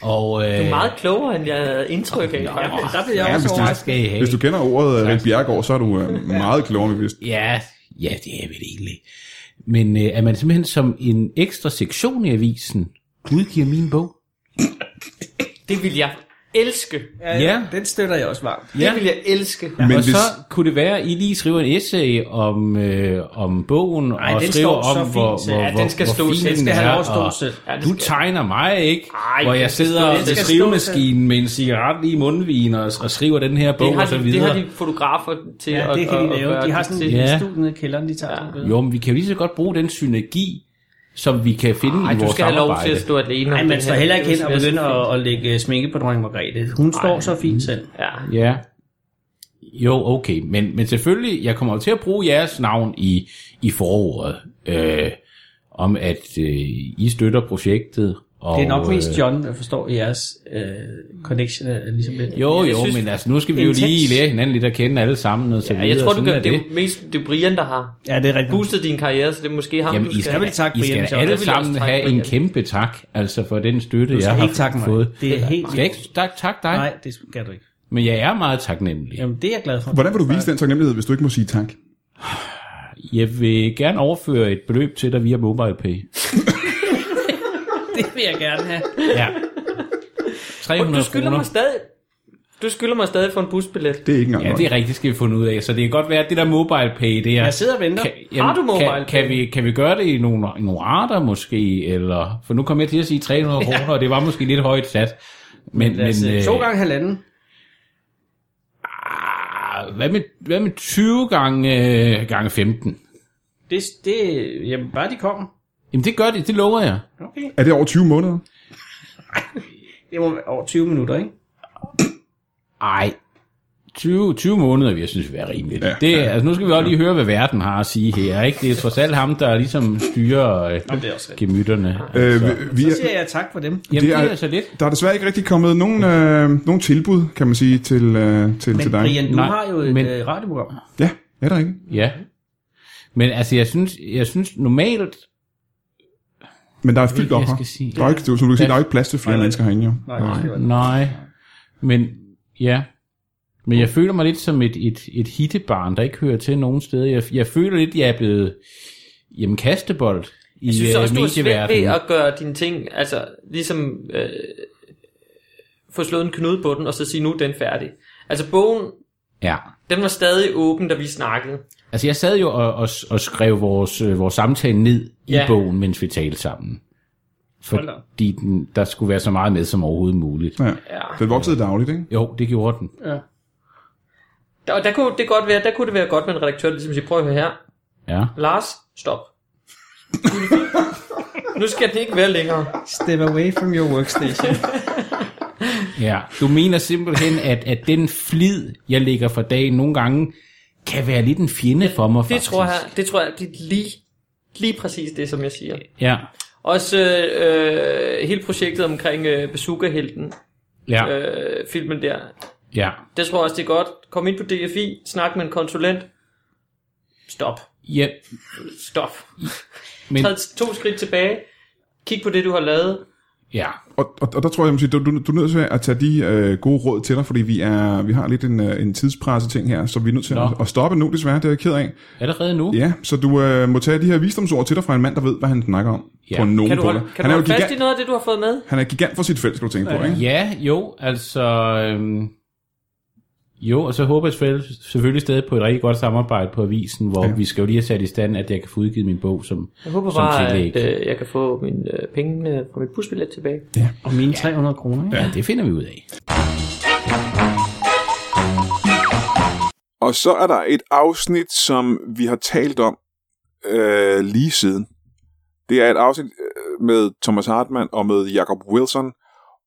S3: Og, øh,
S4: Du er meget klogere, end jeg havde indtryk af. faktisk.
S6: Der blev jeg
S3: ja,
S6: også
S3: hvis
S6: overrasket.
S3: du, skal I have.
S1: Hvis du kender ordet Rik Bjergård, så er du øh, meget klogere, end vi vidste.
S3: Ja, ja, det er jeg vel egentlig. Men øh, er man simpelthen som en ekstra sektion i avisen, udgiver min bog?
S4: Det ville jeg elske.
S3: Ja.
S6: Den støtter jeg også varmt.
S4: Det ville jeg elske.
S1: Men
S3: Men og
S1: hvis-
S3: hvis... så kunne det være, at I lige skriver en essay om, øh, om bogen, Ej, og
S6: den
S3: skriver
S6: står så
S3: om,
S6: fint
S3: hvor,
S6: selv.
S3: hvor,
S6: Ja,
S3: ja,
S6: den
S3: hvor,
S4: skal
S3: hvor
S4: stå selv.
S3: fin
S4: Den
S3: den
S6: skal have
S3: er,
S6: lov at stå
S3: og
S6: selv.
S4: Ja, den
S3: du
S4: skal-
S3: tegner mig, ikke?
S4: Ej,
S3: Ej, hvor
S4: den
S3: jeg
S4: skal
S3: sidder
S4: stå- den
S3: ved
S4: skal
S3: skrivemaskinen med en cigaret i mundvin og, og skriver den her bog
S4: Det har,
S3: og så
S4: de, det
S3: videre.
S4: har de fotografer til
S6: Ja,
S4: at,
S6: det kan
S4: at,
S6: de
S4: at gøre
S6: lave. De har
S4: det
S6: sådan
S4: til.
S6: en
S3: Ja.
S6: studie i kælderen, de tager. sådan noget.
S3: Jo, men vi kan jo lige så godt bruge den synergi, som vi kan finde
S4: Ej,
S3: i
S4: du
S3: vores
S4: skal have lov til
S3: samarbejde.
S4: at stå alene.
S6: Nej,
S4: om
S6: man
S4: det
S6: står
S4: her.
S6: heller ikke
S4: Det
S6: hen og
S4: vil være så
S6: begynder
S4: fint.
S6: at, at lægge øh, sminke på dronning Margrethe. Hun står så fint selv.
S4: Ja.
S3: Ja. Jo, okay. Men, men selvfølgelig, jeg kommer jo til at bruge jeres navn i, i foråret. Øh, om at øh, I støtter projektet. Og,
S6: Det er nok
S3: øh,
S6: mest John, der forstår jeres øh, connection er ligesom lidt.
S3: Jo,
S4: Jeg
S3: jo,
S4: synes-
S3: men altså, nu skal vi jo
S6: Intens.
S3: lige lære hinanden lidt at kende alle sammen. Og så
S4: Ja,
S3: videre,
S4: jeg tror, du
S3: sådan
S4: kan,
S3: er
S4: det, er jo mest, det er Brian, der har
S6: Ja, det er rigtigt.
S4: boostet din karriere, så det er måske ham,
S3: Jamen,
S4: du
S3: I
S4: skal...
S3: skal,
S6: vil takke
S3: I
S6: Brian
S3: skal
S6: Schau.
S3: da alle
S4: Det vil jeg også
S3: sammen
S4: takke
S3: have en
S4: Brian.
S3: kæmpe tak, altså for den støtte,
S6: Du
S3: jeg
S6: skal
S3: har
S6: ikke takke mig.
S3: fået.
S6: Det er helt
S3: Jeg skal ikke tak, tak dig,
S6: Nej,
S3: Nej.
S6: det skal du ikke.
S3: men jeg er meget taknemmelig.
S6: Jamen, det er jeg glad for.
S1: Hvordan vil du vise den taknemmelighed, hvis du ikke må sige tak?
S3: Jeg vil gerne overføre et beløb til dig via MobilePay.
S6: Det vil jeg gerne have.
S3: Ja.
S4: Og
S3: 300
S4: du skylder
S3: kroner.
S4: mig stadig... Du skylder mig stadig for en busbillet.
S1: Det er ikke engang
S3: Ja, det
S1: løgn.
S3: er rigtigt, skal vi finde ud af. Så det kan godt være, at det der mobile pay, det er...
S6: Jeg sidder og venter.
S3: Kan,
S4: Har du
S3: kan,
S4: MobilePay?
S3: kan, vi, kan vi gøre det i nogle, i nogle arter måske? Eller, for nu kom jeg til at sige 300 kroner, og det var måske lidt højt sat. Men, men,
S6: Altså,
S3: øh,
S6: to gange halvanden.
S3: ah, hvad, med, hvad med 20 gange, øh, gange 15?
S6: Det, det, jamen, bare de kommer.
S3: Jamen det gør det, det lover jeg.
S6: Okay.
S1: Er det over 20 måneder?
S6: Det må være over 20 minutter, ikke?
S3: Ej, 20, 20 måneder, vi synes, vil være rimeligt.
S1: Ja,
S3: Ja, det, altså, nu skal vi også lige høre, hvad verden har at sige her. Ikke? Det er trods alt ham, der ligesom styrer øh,
S6: Jamen, det er også rigtigt.
S3: gemytterne.
S1: Øh, vi, vi
S6: Så
S1: er,
S6: siger jeg tak for dem.
S3: Jamen,
S1: det
S3: det
S1: er-
S3: er altså lidt.
S1: der er desværre ikke rigtig kommet nogen, øh, nogen tilbud, kan man sige, til, øh, til,
S6: Men
S1: til dig.
S6: Brian, du
S3: Nej,
S6: har jo et
S3: men-
S6: men... radioprogram.
S1: Ja, er der ikke.
S3: Ja. Men altså, jeg synes, jeg synes normalt...
S1: Men der er fyldt op
S3: jeg
S1: her.
S3: skal sige.
S1: Der er ikke, som du kan se, der er ikke plads til flere
S6: Nej.
S1: mennesker herinde, jo.
S6: Nej, nej.
S3: Nej. Men ja. Men jeg føler mig lidt som et, et, et hittebarn, der ikke hører til nogen steder. Jeg, jeg føler lidt, jeg er blevet jamen, kastebold i
S4: Jeg synes
S3: øh,
S4: også, du er svært ved
S3: medieverdenen.
S4: at gøre dine ting, altså ligesom øh, få slået en knude på den, og så sige, nu er den færdig. Altså bogen,
S3: Ja.
S4: den var stadig åben, da vi snakkede.
S3: Altså, jeg sad jo og, og, og skrev vores, øh, vores samtale ned i
S4: Ja.
S3: bogen, mens vi talte sammen. Fordi den, der skulle være så meget med som overhovedet muligt.
S1: Ja.
S4: Ja.
S1: Den voksede dagligt, ikke?
S3: Jo, det gjorde den.
S4: Der, og der kunne det godt være, der kunne det være godt med en redaktør, der ligesom siger, prøv at høre her,
S3: Ja.
S4: Lars, stop. nu skal det ikke være længere.
S6: Step away from your workstation.
S3: Ja, du mener simpelthen, at, at den flid, jeg lægger for dagen nogle gange, kan være lidt en fjende for mig,
S4: Det
S3: faktisk.
S4: tror jeg, det tror jeg, det er lige, lige præcis det, som jeg siger.
S3: Ja,
S4: Også øh, øh, hele projektet omkring øh, Bazooka-helten,
S3: ja,
S4: øh, filmen der.
S3: ja.
S4: Det tror jeg også, det er godt. Kom ind på DFI, snak med en konsulent. Stop.
S3: ja.
S4: Stop.
S3: Men,
S4: Træd to skridt tilbage. Kig på det, du har lavet.
S3: ja.
S1: Og, og, og der tror jeg, at du, du, du er nødt til at tage de øh, gode råd til dig, fordi vi, er, vi har lidt en, øh, en tidspresse ting her, så vi er nødt til
S3: Nå.
S1: at, at stoppe nu desværre, det er jeg ked af.
S3: Allerede nu?
S1: Ja, så du øh, må tage de her visdomsord til dig fra en mand, der ved, hvad han snakker om. Ja.
S3: Ja.
S1: På nogen
S4: Kan du
S1: på
S4: holde,
S1: dig.
S4: kan
S1: han,
S4: du
S1: er jo
S4: holde fast i
S1: gigant,
S4: noget af det, du har fået med?
S1: han er gigant for sit felt, skal du tænke på, ikke?
S3: Ja, jo, altså... Øhm, jo, og så håber jeg selvfølgelig, selvfølgelig stadig på et rigtig godt samarbejde på avisen, hvor
S1: Ja.
S3: ja. vi skal jo lige have sat i stand, at jeg kan få udgivet min bog som,
S4: Jeg håber
S3: som
S4: bare,
S3: tillæg.
S4: at øh, jeg kan få mine øh, penge øh, fra mit busbillet tilbage.
S6: Og mine 300 kroner, ikke?
S3: Ja, det finder vi ud af.
S7: Og så er der et afsnit, som vi har talt om øh, lige siden. Det er et afsnit øh, med Thomas Hartmann og med Jacob Wilson.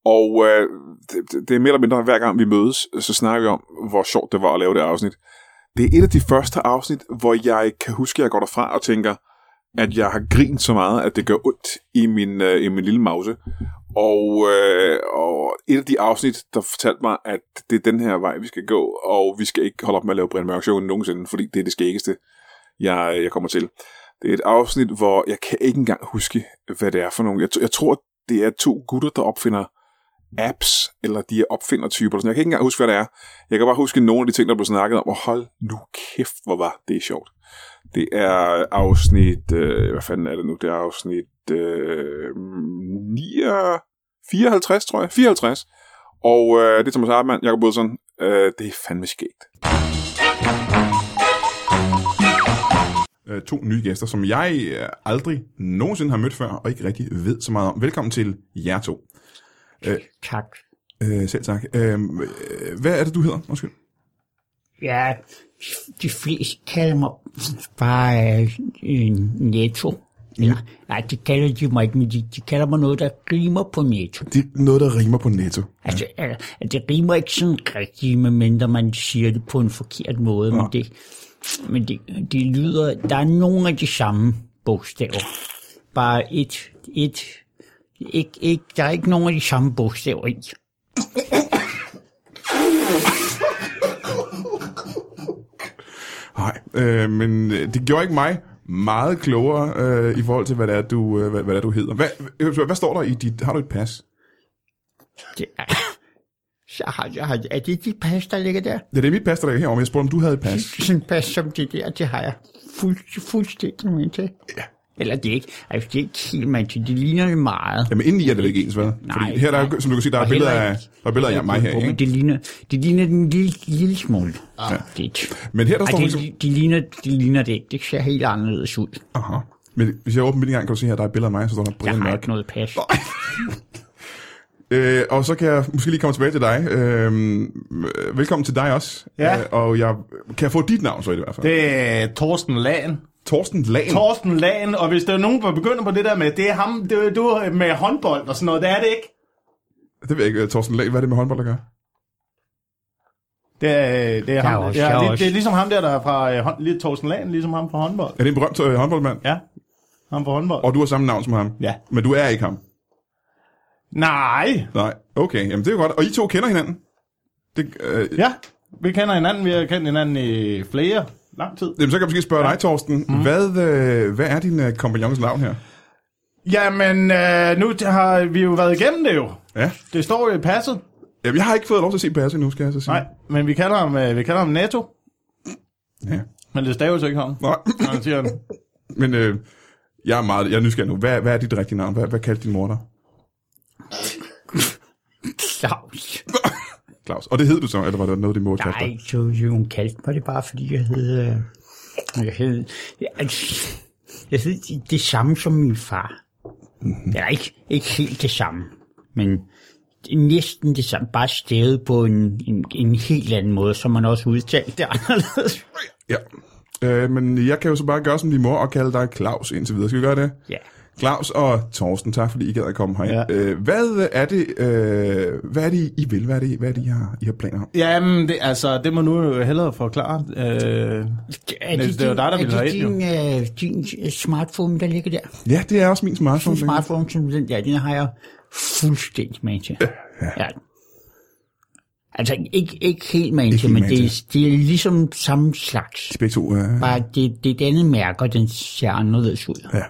S7: Og øh, det- det, det er mere eller mindre, hver gang vi mødes, så snakker vi om, hvor sjovt det var at lave det afsnit. Det er et af de første afsnit, hvor jeg kan huske, at jeg går derfra og tænker, at jeg har grint så meget, at det gør ondt i min, øh, i min lille mause. Og, øh, og et af de afsnit, der fortalte mig, at det er den her vej, vi skal gå, og vi skal ikke holde op med at lave Brian Mørk Show nogensinde, fordi det er det skæggeste, jeg, jeg kommer til. Det er et afsnit, hvor jeg kan ikke engang huske, hvad det er for nogle. Jeg, t- jeg tror, det er to gutter, der opfinder apps, eller de er opfindertyper. eller sådan. Jeg kan ikke engang huske, hvad det er. Jeg kan bare huske nogle af de ting, der blev snakket om, og hold nu kæft, hvor var det sjovt. Det er afsnit, øh, hvad fanden er det nu? Det er afsnit øh, 9, 54, tror jeg. 54. Og øh, det er Thomas Hartmann, Jacob Wilson. Øh, det er fandme skægt.
S1: Øh, to nye gæster, som jeg øh, aldrig nogensinde har mødt før, og ikke rigtig ved så meget om. Velkommen til jer to.
S8: Tak.
S1: Øh, selv tak. Øh, hvad er det, du hedder? Undskyld.
S8: Ja, de fleste kalder mig bare øh, øh, netto. Eller, nej, det kalder de mig ikke, men de, de kalder mig noget, der rimer på netto.
S1: Det er noget, der rimer på netto.
S8: Altså, øh, det rimer ikke sådan rigtigt, medmindre man siger det på en forkert måde, men, det, men det, det lyder, der er nogle af de samme bogstaver. Bare et, et, ikke, ikke, der er ikke nogen af de samme bogstaver i.
S1: Nej, øh, men øh, det gjorde ikke mig meget klogere øh, i forhold til, hvad det er, du, øh, hvad, hvad det er, du hedder. Hvad, øh, hvad står der i dit... Har du et pas?
S8: Det er, så har, jeg har, er det de pas, der ligger der?
S1: Ja, det er mit pas, der ligger herovre, men jeg spurgte, om du havde et pas.
S8: sådan et pas som det der, det har jeg fuld, fuldstændig med til. Ja. Eller det er ikke, altså det er ikke helt med til, det ligner det meget.
S1: Jamen, indeni er det ikke ens, vel? Fordi her, der, er, som du kan se, der er
S8: Og
S1: billeder
S8: heller
S1: af,
S8: ikke-
S1: der er billeder af mig her,
S8: Men
S1: ikke?
S8: Det ligner, det ligner den lille, lille smule. Ja. Det.
S1: Men her, der
S8: Ej,
S1: står ligesom...
S8: det, de, ligner, de ligner det ikke. Det ser helt anderledes ud.
S1: Aha. Men hvis jeg åbner mit gang, kan du se her, der er billeder af mig, så står der
S8: Jeg
S1: Brian
S8: har
S1: Mørk.
S8: ikke noget pas.
S1: Øh, og så kan jeg måske lige komme tilbage til dig. Øh, velkommen til dig også.
S9: Ja.
S1: Øh, og jeg, kan jeg få dit navn så i det, i hvert fald? Det...
S9: Det er Torsten Lagen.
S1: Torsten Lagen.
S9: Torsten Lagen, og hvis der er nogen, der begynder på det der med, det er ham, det er du med håndbold og sådan noget, det er det ikke.
S1: Det ved jeg ikke, øh, Torsten Lagen. Hvad er det med håndbold, der gør?
S9: Det er, det er, ham,
S8: også-
S9: ja,
S8: der er
S9: det,
S8: også-
S9: det er ligesom ham der, der er fra øh, hånd, lige Thorsten Lagen, ligesom ham fra håndbold.
S1: Er det en berømt øh, håndboldmand?
S9: Ja, ham fra håndbold.
S1: Og du har samme navn som ham?
S9: Ja.
S1: Men du er ikke ham?
S9: Nej,
S1: Nej. Okay, jamen det er jo godt. Og I to kender hinanden? Det, øh,
S9: ja, vi kender hinanden, vi har kendt hinanden i flere lang tid.
S1: Jamen, så kan jeg måske spørge ja. dig, Torsten. Mm. Hvad, øh, hvad er din øh, kompagnons navn her?
S9: Jamen, øh, nu har vi jo været igennem det jo.
S1: Ja.
S9: Det står jo i passet.
S1: Jamen, jeg har ikke fået lov til at se passet nu, skal jeg så sige.
S9: Nej, men vi kalder ham, øh, vi kalder ham Netto.
S1: Ja.
S9: Men det staves ikke ham.
S1: Nej.
S9: Når han siger det.
S1: Men øh, jeg er meget jeg er nysgerrig nu. Hvad, hvad er dit rigtige navn? Hvad, hvad kaldte din mor dig?
S8: Claus.
S1: Claus. Og det hed du så, eller var det noget, din mor kaldte
S8: Nej,
S1: dig?
S8: så jo, hun kaldte mig det bare, fordi jeg hed... Øh, jeg hed... Jeg, jeg hed det, det samme som min far.
S9: Mhm.
S8: Mm-hmm. Eller ikke, ikke helt det samme, men det er næsten det samme, bare stedet på en, en, en helt anden måde, som man også udtalte det anderledes.
S1: Ja. Øh, men jeg kan jo så bare gøre som din mor og kalde dig Claus indtil videre. Skal vi gøre det?
S8: Ja.
S1: Claus og Torsten, tak fordi I gad at komme herind. Ja.
S9: Ja.
S1: Øh, hvad er det, øh, hvad er det I vil? Hvad er det, hvad er det I, har, I har planer om?
S9: Jamen, det, altså, det må nu jo hellere forklare. Øh,
S8: Er
S9: Niels, det var dig, der ville
S8: er det
S9: herind,
S8: din, øh, din øh, smartphone, der ligger der?
S1: Ja, det er også min smartphone.
S8: Din smartphone, som den der, den har jeg fuldstændig med til. Ja. ja. Altså ikke, ikke helt med til,
S1: helt
S8: men
S1: med
S8: det, er,
S1: til.
S8: det er ligesom samme slags.
S1: Begge to, øh,
S8: Bare det, det er et andet mærke, og den ser anderledes ud.
S1: ja.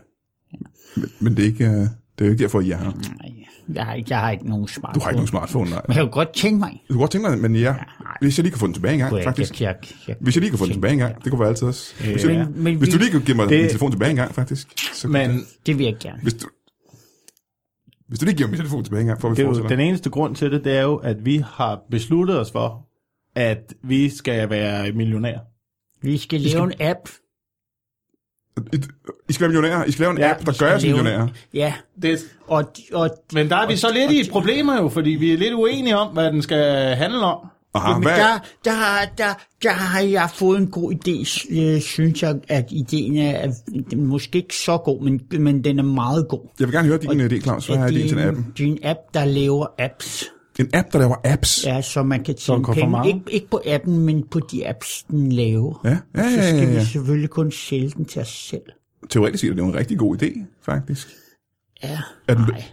S1: Men, men det, er ikke, øh, det er jo ikke derfor, I er her.
S8: Nej, jeg har, ikke- jeg har ikke nogen smartphone.
S1: Du har ikke nogen smartphone, nej.
S8: Men jeg kunne godt tænke mig.
S1: Du kunne godt tænke dig, men ja, hvis jeg lige kan få den tilbage engang,
S8: Jeg,
S1: faktisk.
S8: jeg, jeg, jeg,
S1: Hvis jeg lige kan få den tilbage engang, det kunne være altid også. Hvis, jeg,
S8: Men- men
S1: hvis du
S8: vi-
S1: lige kan give mig
S9: det-
S1: min telefon tilbage engang, faktisk. Så
S9: men
S8: det vil jeg gerne.
S1: Hvis du, hvis du lige giver mig min telefon tilbage engang, får vi
S9: det er jo,
S1: fortsætter.
S9: den eneste grund til det, det er jo, at vi har besluttet os for, at vi skal være millionærer.
S8: Vi skal lave en app.
S1: I skal være millionærer. I skal lave en
S9: Ja,
S1: app, der
S8: Vi
S1: gør
S8: skal
S1: jer til
S8: lave en-
S1: millionærer.
S8: Ja,
S9: Det,
S8: og, og
S9: men der er vi så lidt i problemer jo, fordi vi er lidt uenige om, hvad den skal handle om.
S1: Aha,
S8: Jamen,
S1: Ah, hvad,
S8: der, der, har- der, der har jeg fået en god idé, s- øh, synes jeg, at ideen er, at den er måske ikke så god, men, men den er meget god.
S1: jeg vil gerne høre din øh, idé, Claus. Hvad er
S8: det
S1: ideen til en appen?
S8: Det er en app, der laver apps,
S1: En app, der laver apps.
S8: ja, så man kan tjene
S9: kommer for
S8: penge.
S9: meget.
S8: Ikke, ikke på appen, men på de apps, den laver.
S1: Ja, ja,
S8: Så
S1: ja,
S8: skal
S1: ja, ja.
S8: vi selvfølgelig kun sælge den til os selv.
S1: Teoretisk set er det jo en rigtig god idé, faktisk.
S8: Ja,
S1: Er den-
S8: nej.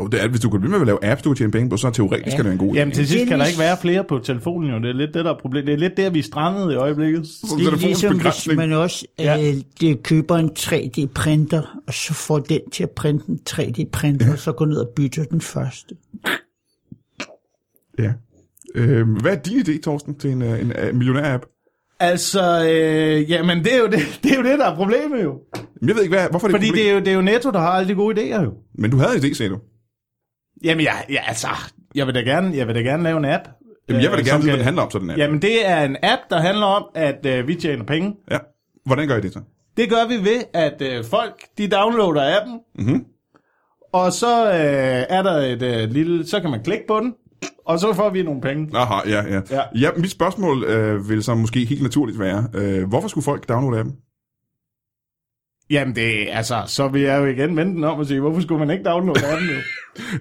S1: Jo, det er, at hvis du kan blive med at lave apps, du kan tjene penge på, så er teoretisk ja. er det en god idé.
S9: Jamen til sidst kan der
S8: Dennis-
S9: ikke være flere på telefonen jo, det er lidt det, der er problemet. Det er lidt der, vi er strandet i øjeblikket.
S1: Så
S8: Det er
S1: telefonens
S8: ligesom, hvis
S1: begrænsning.
S8: man også
S9: Ja.
S8: ja. øh, det køber en 3D-printer, og så får den til at printe en 3D-printer, ja. og så går ned og bytter den første.
S1: Ja. Øhm, hvad er din idé, Torsten, til en, øh, en, øh, millionær-app?
S9: Altså, øh, jamen det er, jo det, det er jo det, der er problemet jo.
S1: Jamen, Jeg ved ikke, hvad, hvorfor er det
S9: Fordi
S1: et
S9: det
S1: problem?
S9: er jo, det er jo Netto, der har alle de gode idéer jo.
S1: Det... Men du havde en idé, sagde du.
S9: Jamen ja, ja altså, jeg vil da gerne, jeg vil da gerne lave en app.
S1: Jamen, jeg vil da
S9: øh,
S1: gerne
S9: som
S1: vide, hvad
S9: kan-
S1: den handler om, sådan en app.
S9: Jamen det er en app, der handler om, at øh, vi tjener penge.
S1: Ja. Hvordan gør I det så?
S9: Det gør vi ved, at øh, folk, de downloader appen. Mm-hmm.
S1: Mhm.
S9: Og så øh, er der et øh, lille, så kan man klikke på den, og så får vi nogle penge.
S1: Aha, ja, ja. Ja,
S9: Ja.
S1: ja mit spørgsmål øh, vil så måske helt naturligt være, øh, hvorfor skulle folk downloade appen?
S9: Jamen det, altså, så vil jeg jo igen vende den om og sige, hvorfor skulle man ikke downloade appen jo?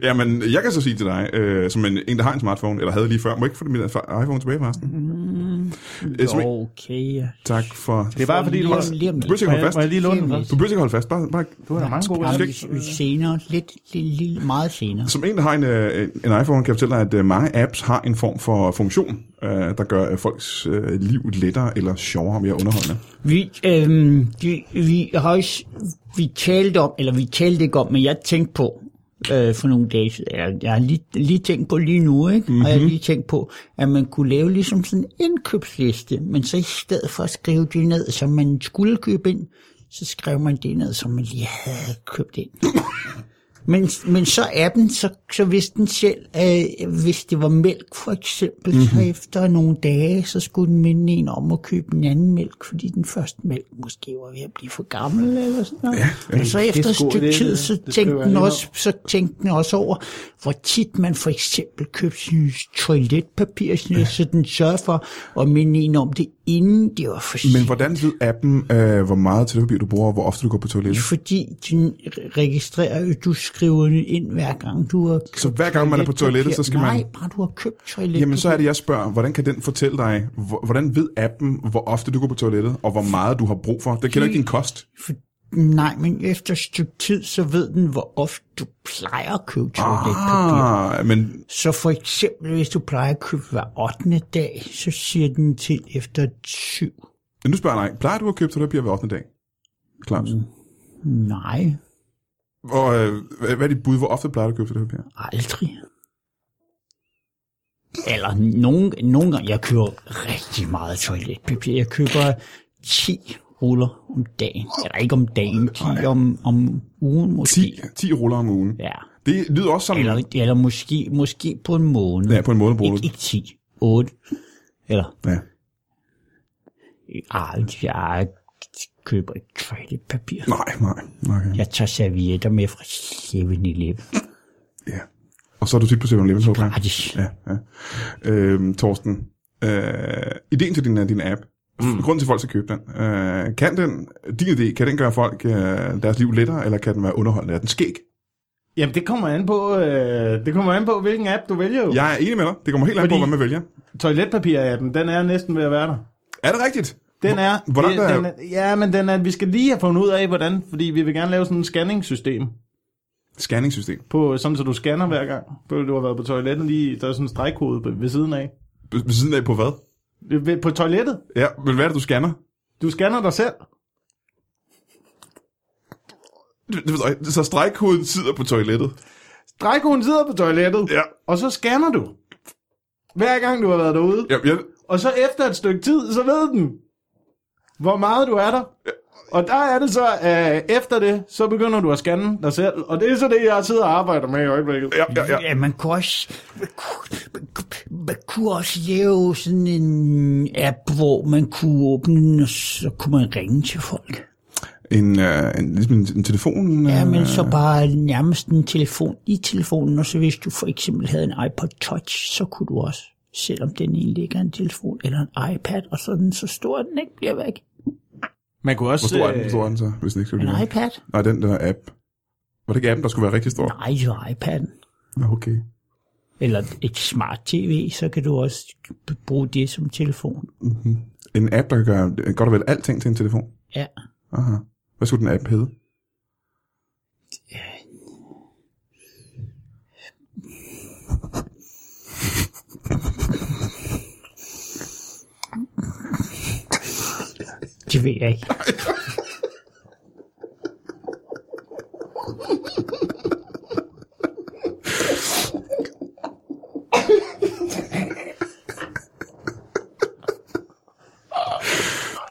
S1: Jamen, jeg kan så sige til dig, øh, som en, en, der har en smartphone, eller havde lige før, må jeg ikke få min iPhone tilbage, forresten? Mm, jo.
S8: Okay, ja.
S1: Tak for...
S9: Det er bare fordi, du har...
S8: lige om
S1: Du behøver ikke holde fast.
S9: Må jeg lige låne den
S1: Du behøver ikke holde fast. Bare, bare,
S9: Du har da mange gode
S8: Ja,
S1: skal
S8: vi,
S1: ikke-
S8: vi senere, lidt, lidt, lidt, meget senere.
S1: som en, der har en, øh, en iPhone, kan jeg fortælle dig, at øh, mange apps har en form for funktion, øh, der gør øh, folks øh, liv lettere eller sjovere og mere underholdende.
S8: Vi, øhm, de, vi, har også, vi talte om, eller vi talte ikke om, men jeg tænkte på øh, for nogle dage siden, jeg, jeg har lige, lige tænkt på lige nu, ikke? Mm-hmm. og jeg har lige tænkt på, at man kunne lave ligesom sådan en indkøbsliste, men så i stedet for at skrive det ned, som man skulle købe ind, så skrev man det ned, som man lige havde købt ind. Men, men så appen, så, så vidste den selv, øh, hvis det var mælk for eksempel, mm-hmm.
S9: Mhm.
S8: så efter nogle dage, så skulle den minde en om at købe en anden mælk, fordi den første mælk måske var ved at blive for gammel eller sådan noget. Ja, ja. Og så efter et
S9: sgu-
S8: stykke
S9: det-
S8: tid, så
S9: det skriver
S8: tænkte,
S9: jeg
S8: den
S9: lige
S8: også, så tænkte den også over, hvor tit man for eksempel købte sin toiletpapir, sådan noget, så den sørger for at minde en om det inden det var for sent.
S1: Men hvordan ved appen, øh, hvor meget toiletpapir du bruger, og hvor ofte du går på toilettet?
S8: Fordi den registrerer jo, du skriver det ind hver gang, du har købt
S1: Så hver gang man er på toilettet, så skal
S8: Nej,
S1: man...
S8: Nej, bare du har købt toilettet.
S1: Jamen, så er det, jeg spørger, hvordan kan den fortælle dig, hvor- hvordan ved appen, hvor ofte du går på toilettet, og hvor meget du har brug for? Den kender ikke din kost.
S8: For, nej, men efter et stykke tid, så ved den, hvor ofte du plejer at købe toiletpapir.
S1: Ah, men
S8: Så for eksempel, hvis du plejer at købe hver 8. dag, så siger den til efter 7.
S1: nu spørger jeg dig, plejer du at købe toiletpapir hver 8. dag? Claus. Mm.
S8: Nej,
S1: Og, øh, hvad- hvad er dit bud, hvor ofte plejer du at købe toiletpapir?
S8: aldrig. Eller nogen, nogle gange, jeg køber rigtig meget toiletpapir. Jeg køber 10 ruller om dagen. Eller ikke om dagen, 10 om, om ugen måske.
S1: 10, 10 ruller om ugen.
S8: Ja.
S1: Det lyder også som...
S8: Eller, eller måske, måske på en måned.
S1: Ja, på en måned bruger
S8: Ikke,
S1: du.
S8: ikke 10, 8. Eller,
S1: Ja.
S8: ah, jeg køber ikke toiletpapir.
S1: Nej, nej. Okay.
S8: Jeg tager servietter med fra 7-Eleven.
S1: Ja. Og så er du tit på 7-Eleven, håber jeg.
S8: Gratis.
S1: Ja, ja. Øhm, Torsten, øh, ideen til din, din app, mm. grunden til, at folk skal købe den, øh, kan den, din idé, kan den gøre folk øh, deres liv lettere, eller kan den være underholdende? Er den skæg?
S9: Jamen, det kommer an på, øh, det kommer an på hvilken app du vælger jo.
S1: Jeg er enig med dig. Det kommer helt an på,
S9: Fordi-
S1: hvad man vælger.
S9: Toiletpapir-appen, den er næsten ved at være der.
S1: Er det rigtigt?
S9: Den er,
S1: Hvordan
S9: det,
S1: der-
S9: den er, ja, men den er, vi skal lige have fundet ud af, hvordan, fordi vi vil gerne lave sådan et scanningssystem,
S1: Scanningssystem.
S9: på, sådan så du scanner hver gang, du du har været på toilettet lige, der er sådan en stregkode på- ved siden af.
S1: Ved ved siden af på hvad?
S9: Øh, ved- På toilettet,
S1: Ja, men hvad er det, du scanner?
S9: du scanner dig selv.
S1: Det- det ved jeg ikke. Så stregkoden sidder på toilettet.
S9: Stregkoden sidder på toilettet,
S1: Ja.
S9: og så scanner du. Hver gang du har været derude.
S1: Ja, ja.
S9: Og så efter et stykke tid, så ved den, hvor meget du er der. Og der er det så, øh, efter det, så begynder du at scanne dig selv. Og det er så det, jeg sidder og arbejder med i øjeblikket.
S1: Ja, ja, ja.
S8: Ja, man kunne også, man kunne, man, kunne- man kunne også lave sådan en app, hvor man kunne åbne den, og så kunne man ringe til folk.
S1: En, øh, en, ligesom en, en telefon.
S8: Ja,
S1: øh,
S8: men så bare nærmest en telefon i telefonen, og så hvis du for eksempel havde en iPod Touch, så kunne du også, selvom den egentlig ikke er en telefon eller en iPad, og så er den så stor, at den ikke bliver væk.
S9: Man kunne også... øh,
S1: Hvor stor er den, hvor
S8: øh,
S1: stor er den så, hvis den ikke skal
S8: En
S1: blive ved?
S8: iPad?
S1: Nej, den der app. Var det ikke appen, der skulle være rigtig stor?
S8: Nej, det var iPadden.
S1: Nå, Okay.
S8: Eller et smart tv, så kan du også bruge det som telefon.
S1: En app, der kan gøre godt og vel alting til en telefon.
S8: Ja.
S1: Aha. Hvad skulle den app hedde?
S8: Det ved jeg ikke.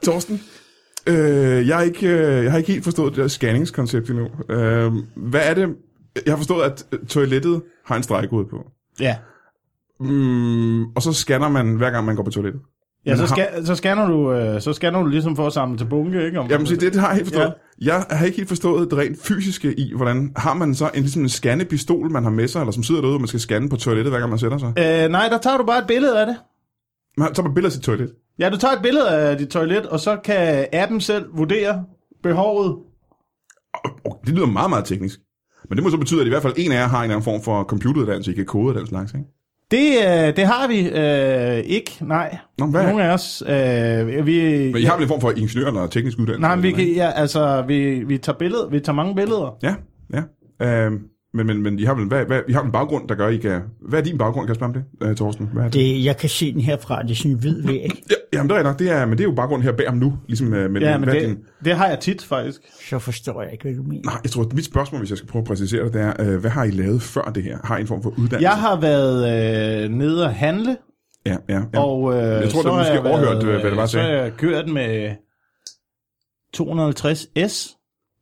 S1: Torsten? Øh, jeg, er ikke, øh, jeg har ikke helt forstået det der scanningskoncept endnu. Øh, hvad er det? Jeg har forstået, at øh, toilettet har en stregkode på.
S9: Ja.
S1: Mm, og så scanner man, hver gang man går på toilettet.
S9: Ja, så,
S1: Men har-
S9: ska- så, scanner du, øh, så scanner du ligesom for at samle til bunke, ikke? Om
S1: Jamen, se, det, det har jeg helt forstået. Ja. Jeg har ikke helt forstået det rent fysiske i, hvordan har man så en, ligesom en scannepistol, man har med sig, eller som sidder derude, og man skal scanne på toilettet, hver gang man sætter sig.
S9: Øh, nej, der tager du bare et billede af det.
S1: Man tager man billeder af sit toilet.
S9: Ja, du tager et billede af dit toilet, og så kan appen selv vurdere behovet.
S1: Oh, det lyder meget, meget teknisk. Men det må så betyde, at i hvert fald en af jer har en eller anden form for computeruddannelse, I kan kode og den slags, ikke?
S9: Det, øh, det har vi øh, ikke, nej.
S1: Nå, hvad?
S9: Nogle af os. Øh, vi,
S1: Men I har vel en form for ingeniør eller teknisk uddannelse?
S9: Nej, men vi,
S1: eller
S9: kan,
S1: hvad?
S9: ja, altså, vi, vi, tager billeder, vi tager mange billeder.
S1: Ja, ja. Øhm, men, men, men I, har vel, hvad, hvad, I har vel en baggrund, der gør, I kan... Hvad er din baggrund, kan jeg spørge om det, øh, Torsten? Hvad er det?
S8: Det, jeg kan se den herfra, det er sådan en hvid væg.
S1: Ja, jamen, det er rigtig nok. Det er, men det er jo baggrunden her bag om nu. Ligesom, øh, men,
S9: Ja, men
S1: hvad er din-
S9: det, det har jeg tit, faktisk.
S8: Så forstår jeg ikke, hvad du mener.
S1: Nej, jeg tror, at mit spørgsmål, hvis jeg skal prøve at præcisere det, det er, øh, hvad har I lavet før det her? Har I en form for uddannelse?
S9: Jeg har været øh, nede og handle,
S1: Ja, ja, ja.
S9: ja. og øh,
S1: Jeg tror,
S9: så
S1: du
S9: har
S1: måske
S9: jeg været, øh,
S1: overhørte, hvad det var, jeg
S9: Så har
S1: sagde.
S9: jeg kørt med 250S.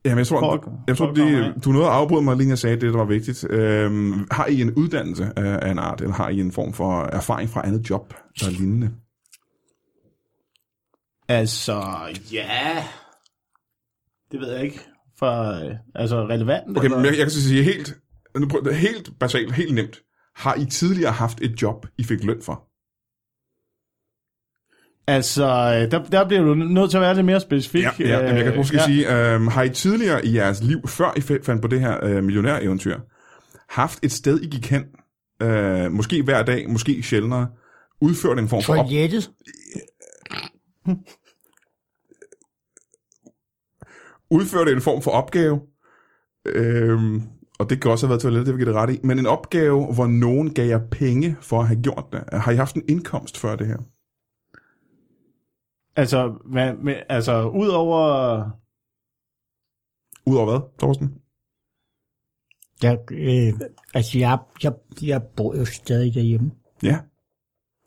S1: Jamen, jeg tror,
S9: For at-
S1: for, jeg tror
S9: for at komme
S1: det,
S9: af.
S1: du nåede at afbryde mig, lige jeg sagde det, der var vigtigt. Øhm, har I en uddannelse af af en art, eller har I en form for erfaring fra andet job og lignende?
S9: Altså, ja... Det ved jeg ikke. For, øh, altså, relevant.
S1: Okay,
S9: eller-
S1: men jeg, jeg kan så sige helt, nu prøver, helt basalt, helt nemt. Har I tidligere haft et job, I fik løn for?
S9: Altså, øh, der, der bliver du nødt til at være lidt mere specifik. øh,
S1: Ja, ja jamen, jeg kan måske ja. sige, øhm, har I tidligere i jeres liv, før I fe- fandt på det her øh, millionæreventyr, haft et sted, I gik hen, øh, måske hver dag, måske sjældnere, udført en form for op...
S8: Toilettet.
S1: udførte en form for opgave, øhm, og det kan også have været toilettet, det vil jeg give det ret i, men en opgave, hvor nogen gav jer penge for at have gjort det. Har I haft en indkomst før det her?
S9: Altså, hvad, med, altså ud over...
S1: Udover hvad, Thorsten?
S8: Der, øh, altså, jeg, jeg, jeg bor jo stadig derhjemme.
S1: Ja.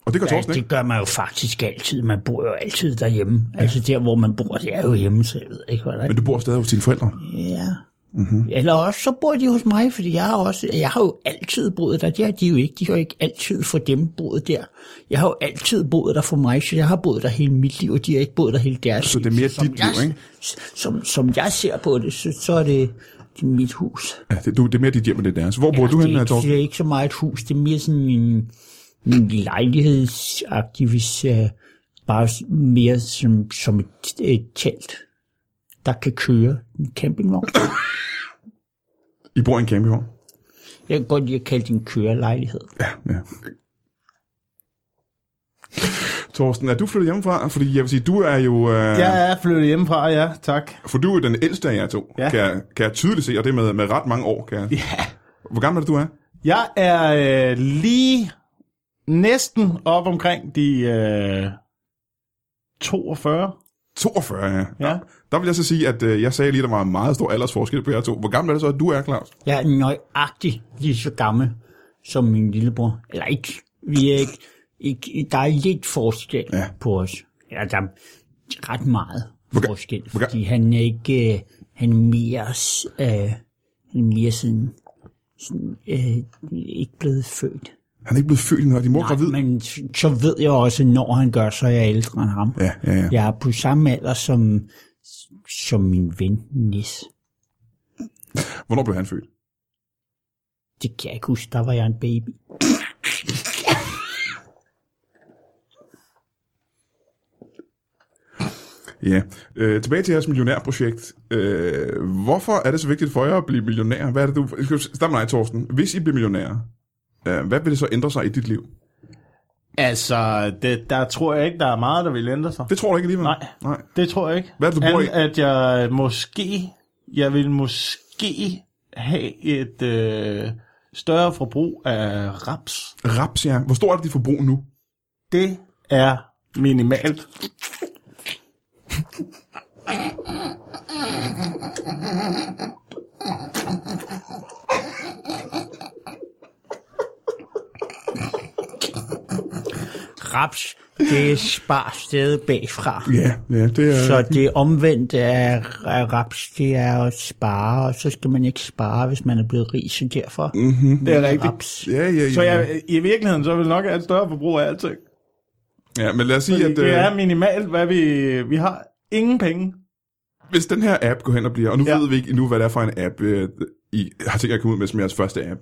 S1: Og det gør
S8: Ja,
S1: Thorsten ikke?
S8: det gør man jo faktisk altid. Man bor jo altid derhjemme. Ja. Altså der, hvor man bor, det er jo hjemme, så jeg ved ikke, hvad der er.
S1: Men du bor stadig hos dine forældre.
S8: Ja.
S1: Mhm.
S8: Mm-hmm. Eller også, så bor de hos mig, fordi jeg har, også, jeg har jo altid boet der. Det har de jo ikke. De har jo ikke altid for dem boet der. Jeg har jo altid boet der for mig, så jeg har boet der hele mit liv, og de har ikke boet der hele deres
S1: Så det er mere dit liv, ikke?
S8: Som, som jeg ser på det, så, så er det, det er mit hus.
S1: Ja, det, du, det er mere dit hjem, end det er deres. Hvor bor du
S8: det,
S1: henne,
S8: er ikke,
S1: Thorsten?
S8: det er ikke så meget et hus, det er mere sådan en, en lejlighedsagtig, hvis uh, bare s- mere som, som et, et telt, der kan køre en campingvogn.
S1: I bor i en campingvogn?
S8: Jeg kan godt lide at kalde det en kørelejlighed.
S1: Ja, ja. Thorsten, er du flyttet hjemmefra? Fordi jeg vil sige, du er jo... Øh, ja.
S9: Jeg er flyttet hjemmefra, ja, tak.
S1: For du er den ældste af jer to, ja.
S9: Ja.
S1: kan, jeg- kan jeg tydeligt se, og det med, med ret mange år, kan jeg. Ja. Hvor gammel er det, du er?
S9: Jeg er øh, lige næsten op omkring de øh, 42.
S1: 42, ja.
S9: Ja.
S1: Der vil jeg så sige, at øh, jeg sagde lige, at der var en meget stor aldersforskel på jer to. Hvor gammel er det så, at du er, Claus?
S8: Jeg er nøjagtig lige så gammel som min lillebror. Eller ikke. Vi er ikke, ikke der er lidt forskel
S1: Ja.
S8: ja. på os. Ja, der er ret meget
S1: Hvor ga-
S8: forskel,
S1: hvor ga-
S8: fordi han er ikke øh, han er mere, s- øh, han er mere sådan, sådan øh, ikke blevet født.
S1: Han er ikke blevet født, når din mor er gravid.
S8: men s- så ved jeg også, når han gør, så er jeg ældre end ham.
S1: Ja, ja, ja.
S8: Jeg er på samme alder som, som min ven Nis.
S1: Hvornår blev han født?
S8: Det kan jeg ikke huske, der var jeg en baby.
S1: Ja. Øh, tilbage til jeres millionærprojekt. Øh, hvorfor er det så vigtigt for jer at blive millionær? Hvad er det, du... Stam mig, Thorsten. Hvis I bliver millionærer, øh, hvad vil det så ændre sig i dit liv?
S9: Altså, det, der tror jeg ikke, der er meget, der vil ændre sig.
S1: Det tror du ikke alligevel?
S9: Nej.
S1: Nej.
S9: Det tror jeg ikke.
S1: Hvad er det, du bor i?
S9: Andet, At jeg øh, måske, jeg vil måske have et øh, større forbrug af raps.
S1: Raps, ja. Hvor stor er det, de forbrug nu?
S9: Det er minimalt.
S8: Raps, det er spar stedet bagfra.
S1: Ja, ja det er...
S8: Så det omvendte af, af raps, det er at spare, og så skal man ikke spare, hvis man er blevet rig, så derfor mm-hmm.
S9: Det er rigtigt.
S8: raps.
S1: Ja, ja, ja.
S9: Så jeg, i virkeligheden, så vil nok have et større forbrug af alting.
S1: ja, men lad os sige,
S9: Fordi
S1: at
S9: det er
S1: øh,
S9: minimalt, hvad vi... Vi har ingen penge.
S1: hvis den her app går hen og bliver... Og nu ja.
S9: Ja.
S1: ved vi ikke endnu, hvad det er for en app, øh, I har tænkt jer at komme ud med som jeres første app.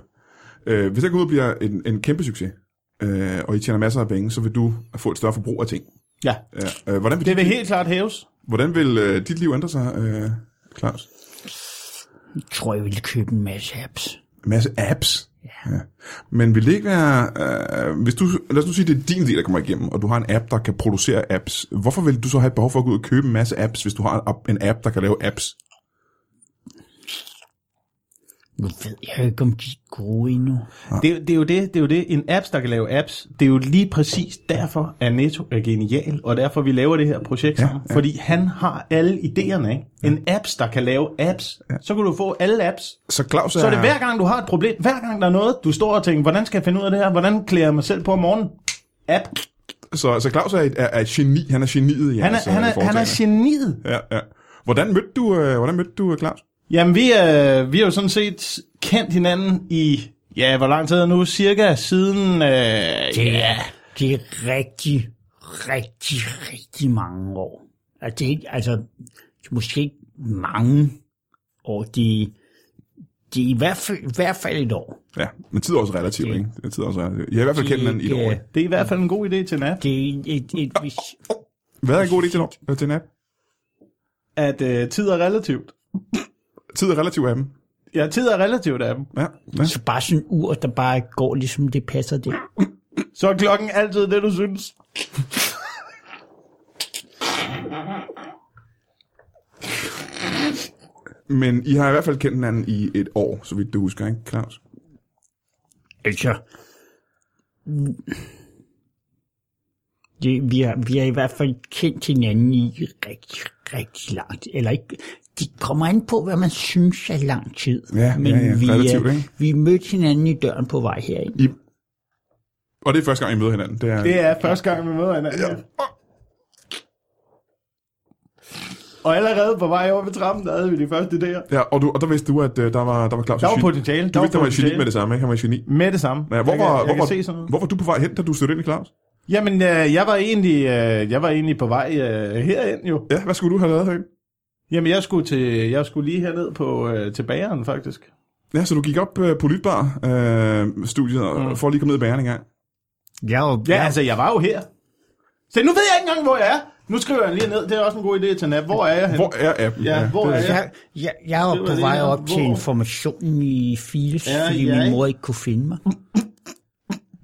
S1: Øh, hvis den går ud og bliver en, en kæmpe succes, øh, og I tjener masser af penge, så vil du få et større forbrug af ting.
S9: Ja.
S1: Ja, øh, hvordan vil
S9: Det
S1: dit
S9: vil helt klart hæves.
S1: Hvordan vil øh, dit liv ændre sig, øh, Claus?
S8: Jeg tror, jeg ville købe en masse apps.
S1: En masse apps. Ja. ja. Men vil det ikke være... Øh, hvis du, lad os nu sige, det er din del, der kommer igennem, og du har en app, der kan producere apps. Hvorfor vil du så have et behov for at gå ud og købe en masse apps, hvis du har en app- en app, der kan lave apps?
S8: Nu ved jeg jo ikke, om de er gode endnu.
S9: Det, det, er jo det, det er jo det. En apps, der kan lave apps, det er jo lige præcis derfor, at Netto er genial, og derfor vi laver det her projekt sammen. Ja, ja. Fordi han har alle idéerne, ikke? En apps, der kan lave apps, ja. så kan du få alle apps.
S1: Så Claus er...
S9: Så er det hver gang, du har et problem, hver gang der er noget, du står og tænker, hvordan skal jeg finde ud af det her? Hvordan klæder jeg mig selv på om morgenen? App.
S1: Så, så Claus er et, er, er et geni. Han er geniet i
S9: Han er,
S1: jeres, øh,
S9: han er, han er
S1: foretagende.
S9: geniet.
S1: Ja, ja. Hvordan mødte du, øh, hvordan mødte du øh, Claus?
S9: Jamen, vi, øh, vi har jo sådan set kendt hinanden i, ja, hvor lang tid er det nu? Cirka siden, øh,
S8: Det er, det er rigtig, rigtig, rigtig mange år. Altså, det er ikke, altså, det er måske ikke mange år. Det, det er i hvert fald, i hvert fald et år.
S1: Ja, men tid er også relativt, ikke? Det er tid er også relativt. Jeg har i hvert fald kendt hinanden i et år, ikke?
S9: det er i hvert fald en god idé til en app.
S8: Det er et, et, et, et,
S1: Hvad er en god idé til, en- øh, til en app?
S9: at øh, tid er relativt.
S1: Tid er relativt af dem.
S9: Ja, tid er relativt af dem.
S1: Ja, ja.
S8: Så bare sådan en ur, der bare går, ligesom det passer det.
S9: Så er klokken altid det, du synes.
S1: Men I har i hvert fald kendt hinanden i et år, så vidt du husker, ikke, Claus?
S8: Altså, mm, det, vi, har, vi har i hvert fald kendt hinanden i rigtig, rigtig lang tid. Eller ikke, det kommer an på, hvad man synes er lang tid.
S1: Ja, ja, ja,
S8: vi,
S1: relativt,
S8: øh,
S1: ikke?
S8: vi mødte hinanden i døren på vej herind.
S1: I... Og det er første gang, I møder hinanden. Det er...
S9: Det er første gang, vi møder hinanden. Ja. Og allerede på vej over ved trappen, der havde vi de første idéer.
S1: Ja, og, du, og der vidste du, at øh, der var, der var Claus
S9: Der
S1: et
S9: var
S1: geni.
S9: potentiale.
S1: Du
S9: Der var
S1: vidste, der var et geni
S9: potentiale.
S1: med det samme, ikke? Han var et geni.
S9: Med det samme.
S1: Ja, hvor,
S9: jeg kan,
S1: var,
S9: jeg
S1: hvor,
S9: kan
S1: var,
S9: se sådan noget.
S1: hvor var du på vej hen, da du stødte ind i Claus?
S9: Jamen, øh, jeg, var egentlig, øh, jeg var egentlig på vej øh, herind jo.
S1: Ja, hvad skulle du have lavet herinde?
S9: Jamen, jeg skulle, til, jeg skulle lige herned på, øh, til bageren, faktisk.
S1: Ja, så du gik op øh, på Lytbar-studiet øh, studiet, mm. for at lige komme ned i bæren engang.
S8: Jeg var,
S9: Ja, ja, altså, jeg var jo her. Så nu ved jeg ikke engang, hvor jeg er. Nu skriver jeg lige ned. Det er også en god idé til nap. Hvor er jeg henne?
S1: Hvor er appen?
S9: Ja, hvor
S1: det
S9: er jeg?
S8: altså, jeg, jeg, jeg var
S9: Det var
S8: på
S9: det,
S8: vej
S9: jeg-
S8: op til
S9: hvor-
S8: informationen i Files,
S9: Ja,
S8: ja, fordi
S9: ja,
S8: min
S9: ikke?
S8: mor ikke kunne finde mig.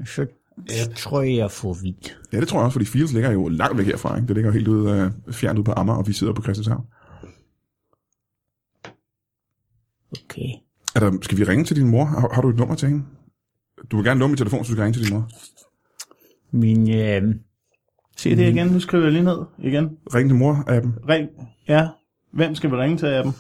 S8: Så ja. tror jeg, jeg får vidt.
S1: Ja, det tror jeg også, fordi Fields ligger jo langt væk herfra. Ikke? Det ligger jo helt ude, øh, fjernt ude på Amager, og vi sidder på Christianshavn.
S8: Okay.
S1: Er der, skal vi ringe til din mor? Har, har du et nummer til hende? Du vil gerne låne min telefon, så du kan ringe til din mor.
S8: Min, øh,
S9: Se det igen. Nu skriver jeg lige ned. Igen.
S1: Ring til mor-appen.
S9: Ring. Ja. Hvem skal vi ringe til af dem?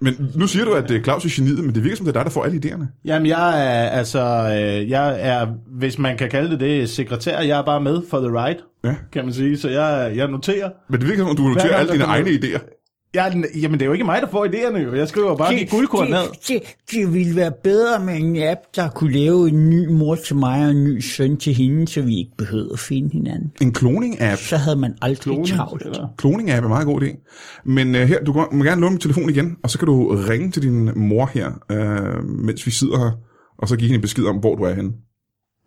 S1: Men nu siger du, at det er Claus i geniet, men det virker som, det er dig, der får alle idéerne.
S9: Jamen, jeg er, altså, øh, jeg er, hvis man kan kalde det det, sekretær. Jeg er bare med for the ride,
S1: Ja.
S9: kan man sige. Så jeg, jeg noterer.
S1: Men det virker som, du noterer
S9: gang,
S1: alle
S9: der
S1: dine
S9: kommer-
S1: egne idéer.
S9: Jeg, er den- jamen, det er jo ikke mig, der får idéerne jo. Jeg skriver bare de guldkorn ned.
S8: det, det, det ville være bedre med en app, der kunne lave en ny mor til mig og en ny søn til hende, så vi ikke behøvede at finde hinanden.
S1: En kloning-app.
S8: Så havde man aldrig
S9: Kloning,
S8: travlt.
S9: eller?
S1: Kloning-app er en meget god idé. Men øh, her, du går- må gerne låne min telefon igen, og så kan du ringe til din mor her, øh, mens vi sidder her, og så give hende en besked om, hvor du er henne.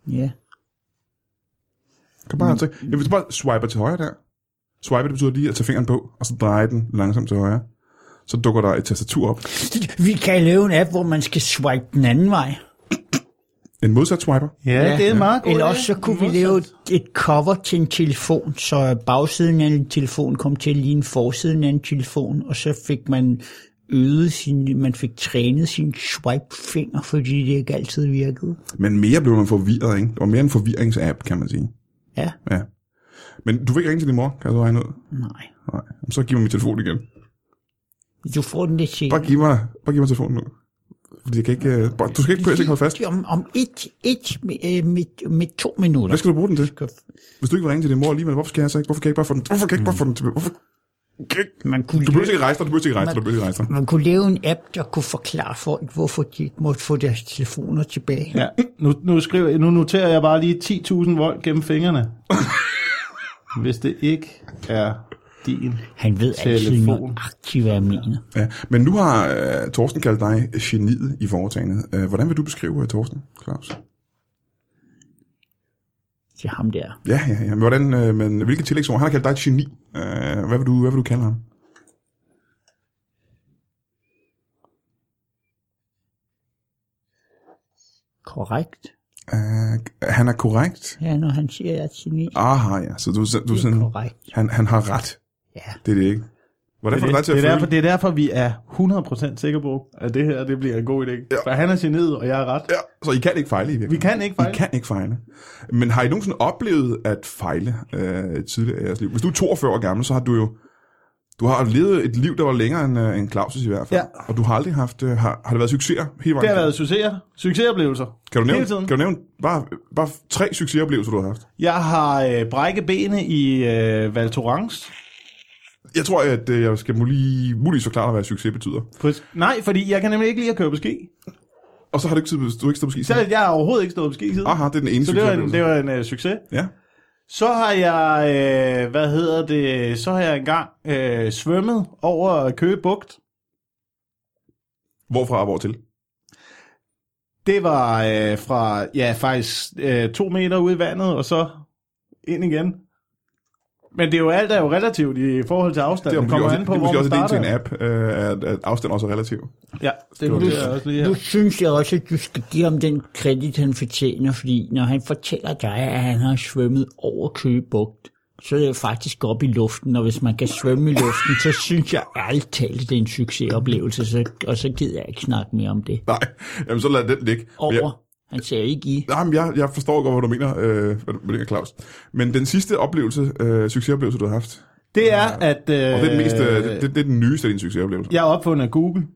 S8: Ja.
S1: Kan bare mm. tage, ja, hvis du bare swiper til højre der. Swipe, det betyder lige at tage fingeren på, og så dreje den langsomt til højre. Så dukker der et tastatur op.
S8: Vi kan lave en app, hvor man skal swipe den anden vej.
S1: En modsat swiper.
S9: Ja, det er meget godt.
S8: Eller også så kunne vi lave et, et cover til en telefon, så bagsiden af en telefon kom til at ligne forsiden af en telefon, og så fik man øget sin, man fik trænet sin swipe-finger, fordi det ikke altid virkede.
S1: Men mere blev man forvirret, ikke? Det var mere en forvirringsapp, kan man sige.
S8: Ja,
S1: Ja. Men du vil ikke ringe til din mor, kan jeg så regne ud?
S8: nej.
S1: Nej. Jamen, Så giv mig min telefon igen.
S8: Du får den lidt senere.
S1: Bare giv mig, bare giv mig telefonen nu. Fordi jeg kan ikke, øh, bare, du skal ikke prøve at holde fast.
S8: Om, om et, et øh, med, med, med to minutter.
S1: Hvad skal du bruge den til?
S8: Skal-
S1: Hvis du ikke vil ringe til din mor alligevel, hvorfor skal jeg så ikke? Hvorfor kan jeg ikke bare få den? Hvorfor kan jeg ikke bare få den til? Hvorfor? kan jeg ikke-
S8: Man kunne,
S1: Du behøver
S8: lave,
S1: ikke rejse dig, du behøver ikke rejse dig, du behøver ikke rejse dig.
S8: man kunne lave en app, der kunne forklare folk, hvorfor de ikke måtte få deres telefoner tilbage.
S9: Ja, nu, nu, skriver, jeg- nu noterer jeg bare lige 10.000 volt gennem fingrene. Hvis det ikke er din.
S8: Han ved altid
S9: Telefon.
S8: nøjagtigt, hvad jeg mener.
S1: Ja. Men nu har uh, Torsten kaldt dig geniet i foretagendet. Uh, hvordan vil du beskrive uh, Torsten, Claus?
S8: Til ham der.
S1: Ja, ja, ja. Men, hvordan, uh, men hvilke tillægsord? Han har kaldt dig et geni. Uh, hvad, vil du, hvad vil du kalde ham?
S8: Korrekt.
S1: Uh, han er korrekt.
S8: Ja, når han siger, at jeg er et geni.
S1: Aha, ja. Så Ah, du, du er
S8: Det
S1: sådan,
S8: er korrekt.
S1: han, han har ret.
S8: Ja.
S1: Det er det ikke. Hvordan får
S9: det,
S1: du dig til at
S9: det, er
S1: føle?
S9: derfor, det er derfor, vi er 100% sikre på, at det her det bliver en god idé. Ja. For han er generet, og jeg er ret.
S1: Ja, så I kan ikke fejle i
S9: Vi
S1: virkeligheden?
S9: kan ikke fejle.
S1: I kan ikke fejle. Men har I nogensinde oplevet at fejle øh, tidligere i jeres liv? Hvis du er 42 år gammel, så har du jo du har levet et liv, der var længere end, øh, end Claus' i hvert fald.
S9: Ja.
S1: Og du har aldrig haft... Øh, har, har det været succeser hele vejen?
S9: Det har
S1: igennem?
S9: været succeser. succesoplevelser.
S1: kan du nævne,
S9: hele tiden.
S1: Kan du nævne bare, bare tre succesoplevelser, du har haft?
S9: Jeg har øh, brækket benene i øh, Val Thorens.
S1: Jeg tror, at øh, jeg skal mulig, muligvis forklare dig, hvad succes betyder.
S9: For- Nej, fordi jeg kan nemlig ikke lide at køre på ski.
S1: Og så har du ikke, tid- du har ikke stået på ski
S9: Så
S1: siden.
S9: jeg har overhovedet ikke stået på ski siden.
S1: Aha, det er den ene
S9: så det var en,
S1: succesoplevelse.
S9: det var en øh, succes.
S1: Ja.
S9: Så har jeg, øh, hvad hedder det, så har jeg engang øh, svømmet over Køge Bugt.
S1: Hvorfra og hvortil?
S9: Det var øh, fra, ja faktisk øh, to meter ude i vandet, og så ind igen. Men det er jo alt er jo relativt i forhold til
S1: Det
S9: afstand.
S1: er måske
S9: Det, kommer
S1: også,
S9: an på,
S1: det er
S9: hvor
S1: måske
S9: man
S1: også en del
S9: starter.
S1: til en app, øh, at, at afstand også er relativ.
S9: Ja, det
S1: var
S9: vurderer
S1: det.
S9: jeg også lige
S8: Nu
S9: her.
S8: synes jeg også, at du skal give ham den kredit, han fortjener, fordi når han fortæller dig, at han har svømmet over Køge Bugt, så er det faktisk op i luften, og hvis man kan svømme i luften, så synes jeg ærligt talt, det er en succesoplevelse, så, og så gider jeg ikke snakke mere om det.
S1: Nej, jamen så lad den ligge. Men jeg-
S8: Over. Han ser ikke i.
S1: Nej, men jeg, jeg forstår godt, hvad du mener, øh, hvad du hvad du mener, Claus. Men den sidste oplevelse, øh, succesoplevelse, du har haft,
S9: Det er, at... Øh,
S1: og det er den, mest, øh, det, det, det er den nyeste af dine succesoplevelser.
S9: Jeg er opfundet af Google.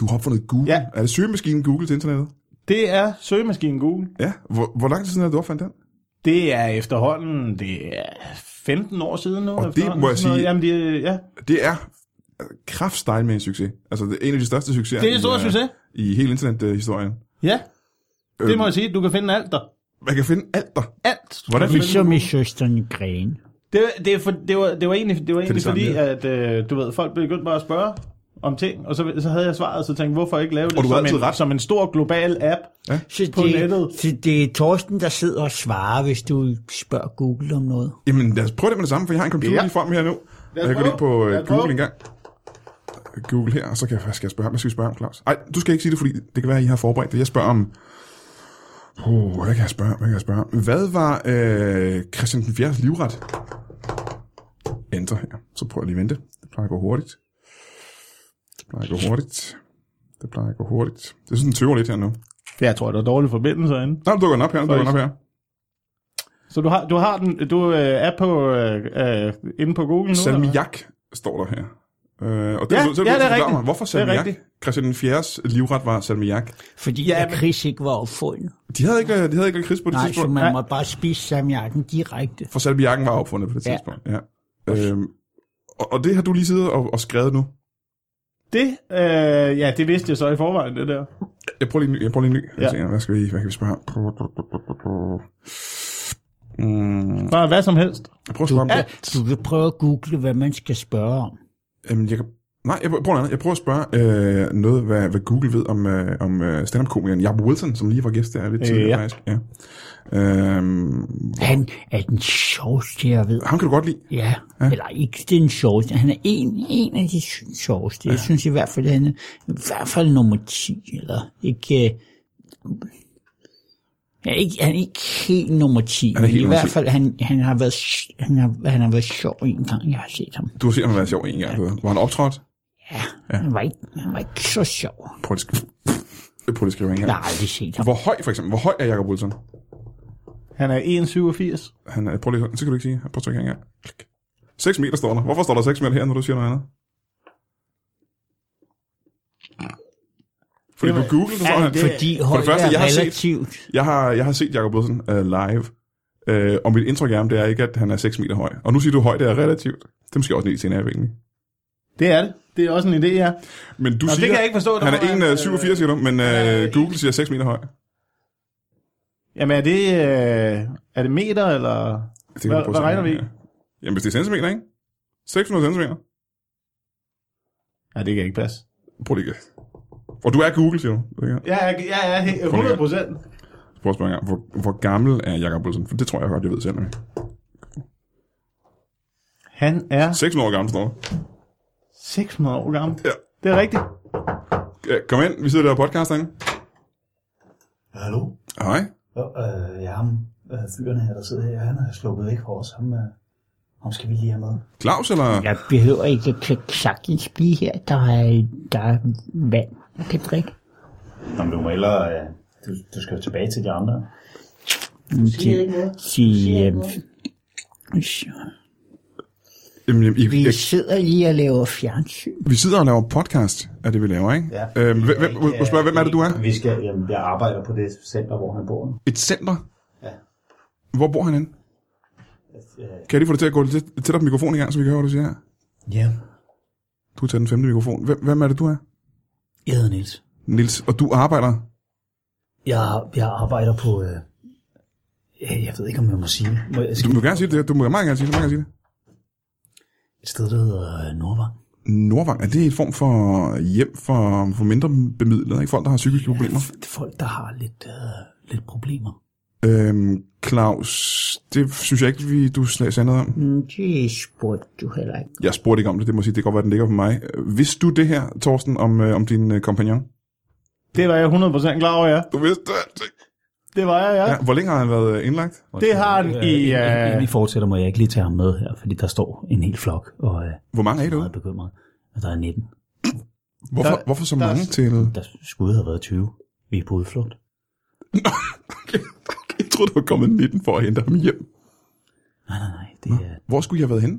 S1: Du har opfundet Google.
S9: Ja.
S1: Er det søgemaskinen Google til internettet?
S9: Det er søgemaskinen Google.
S1: Ja. Hvor, hvor lang tid siden er det, du opfandt den?
S9: Det er efterhånden, det er 15 år siden nu.
S1: Og det
S9: efterhånden,
S1: må jeg
S9: sådan noget.
S1: sige-
S9: Jamen, det, er- ja.
S1: Det er kraftstejl med en succes. Altså, det er en af de største succeser
S9: det er en stor
S1: i, øh,
S9: succes.
S1: i hele internethistorien.
S9: Ja,
S1: Øh,
S9: det må jeg sige. Du kan finde alt der.
S1: Man kan finde alt der.
S9: Alt.
S1: Hvordan fik
S8: Ligesom i søsteren i Græn.
S9: Det, det, er for, det, var, det var egentlig, det var egentlig
S1: samme,
S9: fordi,
S1: ja.
S9: at øh, du ved, folk begyndte bare at spørge om ting, og så, så havde jeg svaret, så tænkte hvorfor ikke lave det
S1: Og du har
S9: som,
S1: altid
S9: en,
S1: ret.
S9: som en stor global app?
S8: Så
S9: På
S8: det,
S9: nettet.
S8: så det er Torsten, der sidder og svarer, hvis du spørger Google om noget.
S1: Jamen, lad os prøve det med det samme, for jeg har en computer ja.
S9: Ja.
S1: lige frem her nu.
S9: Lad
S1: Og
S9: os
S1: jeg går lige på
S9: prøve.
S1: øh,
S9: Lad os
S1: Google
S9: prøve.
S1: en gang. Google her, og så kan jeg, hvad skal jeg spørge ham? Hvad skal vi spørge om, Claus? Nej, du skal ikke sige det, fordi det kan være, at I har forberedt det. Jeg spørger om... Oh, hvad kan jeg spørge om? Hvad kan jeg spørge om? Hvad var øh, Christian den 4. livret? Enter her. Så prøver jeg lige at vente. Det plejer at gå hurtigt. Det plejer at gå hurtigt. Det plejer at gå hurtigt. Det er sådan, den tøver lidt her nu.
S9: Jeg tror, der er dårlige forbindelser inde.
S1: Nå, du dukker den op her. Nu dukker den op her.
S9: Så du har, du har den, du øh, er på, øh, øh, inde på Google nu? eller hvad?
S1: Salmiak står der her. Øh, og det,
S9: Ja,
S1: er, så,
S9: ja, det er
S1: rigtigt. Mig,
S9: rigtigt.
S1: hvorfor
S9: Det er
S1: salmiak?
S9: rigtigt.
S1: Christian den 4's livret var salmiak.
S8: Fordi
S9: Ja,
S8: ja, men...
S9: men-
S8: Chris ikke var opfundet.
S1: De havde ikke, de havde ikke kris på det
S8: Nej, så
S1: tidspunkt. Man...
S8: man må bare spise samjakken direkte.
S1: For salmiakken var opfundet på det
S8: Ja.
S1: tidspunkt. Ja. Øhm, og, og det har du lige siddet og, og skrevet nu.
S9: Det, øh, ja, det vidste jeg så i forvejen, det der.
S1: Jeg prøver lige en ny. Jeg prøver lige en ny.
S9: Ja.
S1: Ja. Hvad, skal vi, hvad kan vi spørge om? Mm,
S9: Bare hvad som helst.
S1: jeg prøver at spørge om det.
S8: Du kan prøve at google, hvad man skal spørge om.
S1: Øhm, jeg kan... Nej, jeg prøver, noget andet. jeg prøver at spørge øh, noget, hvad, hvad Google ved om, øh, om øh, stand-up-komikeren Jacob Wilson, som lige var gæst der lidt
S9: Ja.
S1: tidligere faktisk. Ja. Øhm,
S8: Han er den sjoveste, jeg ved.
S1: Ham kan du godt lide.
S8: Ja, eller ikke den sjoveste. Han er en, en af de sy- sjoveste. Jeg synes i hvert fald, han er i hvert fald nummer 10, eller ikke... øh, Ja, ikke, han er ikke helt nummer 10,
S1: er
S8: men
S1: helt
S8: i
S1: nummer
S8: hvert
S1: 10.
S8: fald, han, han, har været, sj- han, har, han har været sjov en gang, jeg har set ham.
S1: Du har set ham være sjov en gang. du ved. Var han optrådt?
S8: Ja. Han, var ikke, han var ikke så sjov.
S1: Prøv at skrive. Prøv at skrive en
S8: Jeg
S1: gang.
S8: har aldrig set ham.
S1: Hvor høj, for eksempel. Hvor høj er Jacob Wilson?
S9: Han er 1,87.
S1: Han er, prøv lige, så kan du ikke sige. Prøv at trykke en gang. Klik. 6 meter står der. Hvorfor står der 6 meter her, når du siger noget andet? Fordi på Google, så står han...
S8: Fordi højde
S1: det første,
S8: er
S1: jeg har set-
S8: relativt.
S1: Jeg har, jeg har set Jacob Wilson uh, live, uh, og mit indtryk af ham, det er ikke, at han er 6 meter høj. Og nu siger du, høj, det er relativt. Det er måske også en lille af egentlig.
S9: Det er det. Det er også en idé, ja.
S1: Men du Nå,
S9: det
S1: siger,
S9: kan jeg ikke forstå, der øh,
S1: han er øh,
S9: var-
S1: 1,87, siger du, men uh, Google siger 6 meter høj.
S9: Jamen, er det, øh, er det meter, eller...
S1: Det kan
S9: Hvad-
S1: vi prøve
S9: hvad
S1: at se
S9: regner
S1: her.
S9: vi?
S1: Jamen, hvis det er centimeter, ikke? 600 centimeter.
S9: Nej, det kan ikke passe.
S1: Prøv lige. at- Og du er Google, siger du. Det kan jeg.
S9: Ja, jeg, jeg er he- 100 procent.
S1: Prøv at spørge en gang. Hvor, hvor gammel er Jacob Wilson? For det tror jeg godt, jeg ved selv.
S9: Han er
S1: 600 år gammel står der.
S9: 600 år gammel.
S1: Ja.
S9: Det er rigtigt.
S1: Ja, Kom ind, vi sidder der og podcaster, ikke?
S10: Hallo?
S1: Hej.
S10: Jo, øh, ja, ham, øh, fyren her, der sidder her, han er sluppet væk for os. Ham, øh, ham skal vi lige have med.
S1: Claus, eller? Ja.
S8: Jeg behøver ikke at kan sagtens blive her. Der er, der er vand, Mm, jeg kan drikke.
S10: Nå, men du må hellere, øh, du, du skal jo tilbage til de andre.
S8: Sig ikke noget. Sig, øhm,
S1: Jamen, jamen, I,
S8: vi
S1: jeg,
S8: sidder lige og laver fjernsyn.
S1: vi sidder og laver podcast, er det, vi laver, ikke?
S10: Ja.
S1: Øhm, hvem, hvem, må jeg spørge, hvem er det, du er?
S10: Vi skal, jamen, jeg arbejder på det center, hvor han bor. nu.
S1: Et center?
S10: Ja.
S1: Hvor bor han henne?
S10: Øh,
S1: Kan jeg lige få dig til at gå lidt tættere på mikrofonen en gang, så vi kan høre, hvad du siger her?
S10: ja.
S1: Du tager den femte mikrofon. Hvem, hvem er det, du er?
S10: Jeg hedder Niels.
S1: Nils, og du arbejder?
S10: Jeg, jeg arbejder på... Øh, øh, jeg ved ikke, om jeg må sige det. Må jeg
S1: Du
S10: sige
S1: må gerne sige det. Du må meget gerne sige det. Du må gerne sige det.
S10: et sted, der hedder øh, Nordvang?
S1: Nordvang, er det en form for hjem for, for mindre bemidlede, ikke? Folk, der har psykiske problemer.
S10: Det er folk, der har lidt, øh, lidt problemer.
S1: Øhm, Claus, det synes jeg ikke, vi, du sagde noget om.
S8: Mm, Det spurgte du heller ikke.
S1: Jeg spurgte ikke om det, det må jeg sige, det kan godt være, den ligger for mig. Øh, Vidste du det her, Thorsten, om, øh, om din øh, kompagnon?
S11: Det var jeg 100% klar over, ja.
S1: Du vidste det. altså.
S11: Det var jeg, ja.
S1: Ja, hvor længe har han været øh, indlagt?
S11: Det har han i...
S9: Øh...
S11: Øh,
S9: Inden I fortsætter, må jeg ikke lige tage ham med her, fordi der står en hel flok, og øh,
S1: Hvor mange er I
S9: jeg er
S1: derude?
S9: meget bekymret. Og der er 19.
S1: Hvorfor,
S11: Der-
S1: hvorfor så
S11: der er
S1: mange
S11: s-
S1: til...
S9: Der skulle have været 20. Vi er på udflugt.
S1: Jeg troede, der var kommet 19 for at hente ham hjem.
S9: Nej, nej, nej. Det er
S1: Hvor skulle jeg have været henne?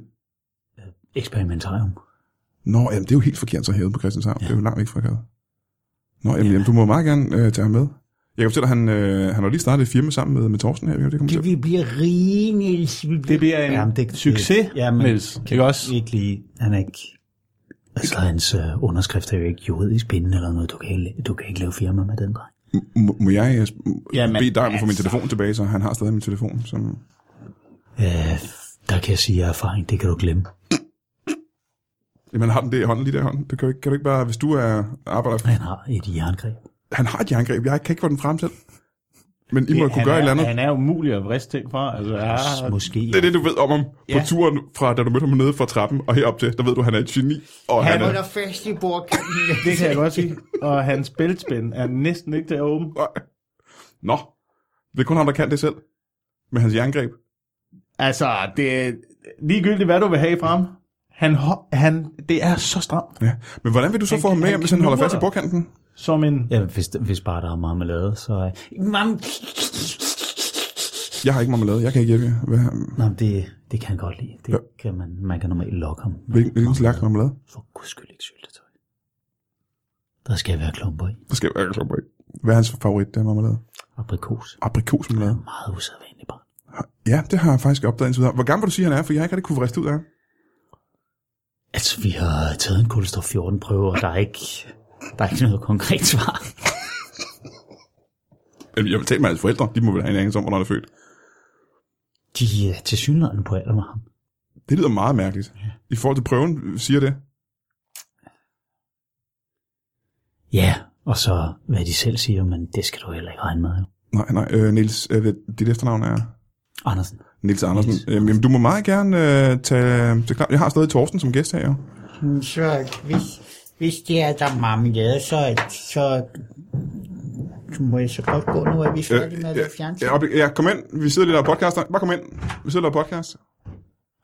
S9: eksperimentarium.
S1: Nå, jamen, det er jo helt forkert, så hævet på Christianshavn. Ja. Det er jo langt væk fra gaden. Nå, jamen, jamen, du må meget gerne øh, tage ham med. Jeg kan fortælle, at han, øh, han har lige startet et firma sammen med, med Thorsten her. Det kommer til.
S8: Det, vi bliver rige, Niels. Vi bliver...
S11: det bliver en
S9: Jamen, det-
S11: det, succes,
S9: det- jamen,
S11: Niels. Ikke også?
S9: Ikke lige. Han er ikke... Altså, hans øh, underskrift er jo ikke juridisk bindende eller noget. Du kan ikke, du kan ikke lave firma med den dreng.
S1: M- må jeg øh, sp-
S11: Jamen,
S1: bede dig om at få min
S11: altså.
S1: telefon tilbage, så han har stadig min telefon. Som...
S9: Øh, der kan jeg sige, at erfaring, det kan du glemme.
S1: Jamen, han har den der i hånden, lige der i hånden. Det kan, du ikke, kan du ikke bare, hvis du er arbejder...
S9: Han har et jerngreb.
S1: Han har et jerngreb, jeg kan ikke få den frem selv. Men I må kunne
S11: han
S1: gøre et
S11: er,
S1: eller andet.
S11: Han er umulig at vriste ting fra. Altså, ja,
S9: Måske.
S1: Det er det, du ved om ham på
S11: Ja.
S1: turen, fra da du mødte ham nede fra trappen og herop til. Der ved du, han er et geni. Og han,
S11: Han
S1: han
S8: Der
S1: er...
S8: er fast i bordkanten.
S11: det kan jeg godt sige. Og hans bæltspænd er næsten ikke til at åbne.
S1: Nå, det er kun ham, der kan det selv. Med hans jerngreb.
S11: Altså, det er ligegyldigt, hvad du vil have frem. Han, ho- han, det er så stramt.
S1: Ja. Men hvordan vil du så
S11: Han-
S1: få ham med,
S11: han
S1: hvis han holder
S11: knurrer
S1: fast i
S11: dig.
S1: bordkanten?
S11: Som en...
S9: Ja, hvis, hvis bare der er marmelade, så... Øh,
S8: Mam,
S1: Jeg har ikke marmelade, jeg kan ikke hjælpe jer. Hvad,
S9: nej, men det, det kan han godt lide. Det kan man, man kan normalt lokke ham. med
S1: hvilken, hvilken
S9: marmelade.
S1: slags marmelade?
S9: For guds skyld ikke syltetøj. Der skal være klumper i.
S1: Der skal jeg ikke på Hvad er hans favorit øh, marmelade?
S9: Aprikos.
S1: Aprikosmarmelade.
S9: Meget usædvanligt barn.
S1: Ja, det har jeg faktisk opdaget indtil videre. Hvor gammel vil du sige, han er? For jeg har ikke rigtig kunne vriste ud af ham.
S9: Altså, vi har taget en kulstof 14 prøve, og der er ikke, der er ikke noget konkret svar.
S1: Jamen, Jeg vil tale med hans forældre. De må vel have en anelse om, hvornår han er født.
S9: De er til på alder med ham.
S1: Det lyder meget mærkeligt. I forhold til prøven øh, siger det.
S9: Ja, og så hvad de selv siger, men det skal du heller ikke regne med. jo.
S1: Nej, nej. Øh, Niels, øh, dit efternavn er...
S9: Andersen.
S1: Nils Andersen. Niels. Jamen, du må meget gerne øh, tage, tage klar. Jeg har stadig Torsten som gæst her, jo.
S8: så hvis, hvis det er der er marmelade, så, så så må jeg så godt gå nu, er vi færdige med at
S1: ja,
S8: lave fjernsyn.
S1: ja, op, ja, kom ind. Vi sidder lige der og podcaster. Bare kom ind. Vi sidder der og podcast.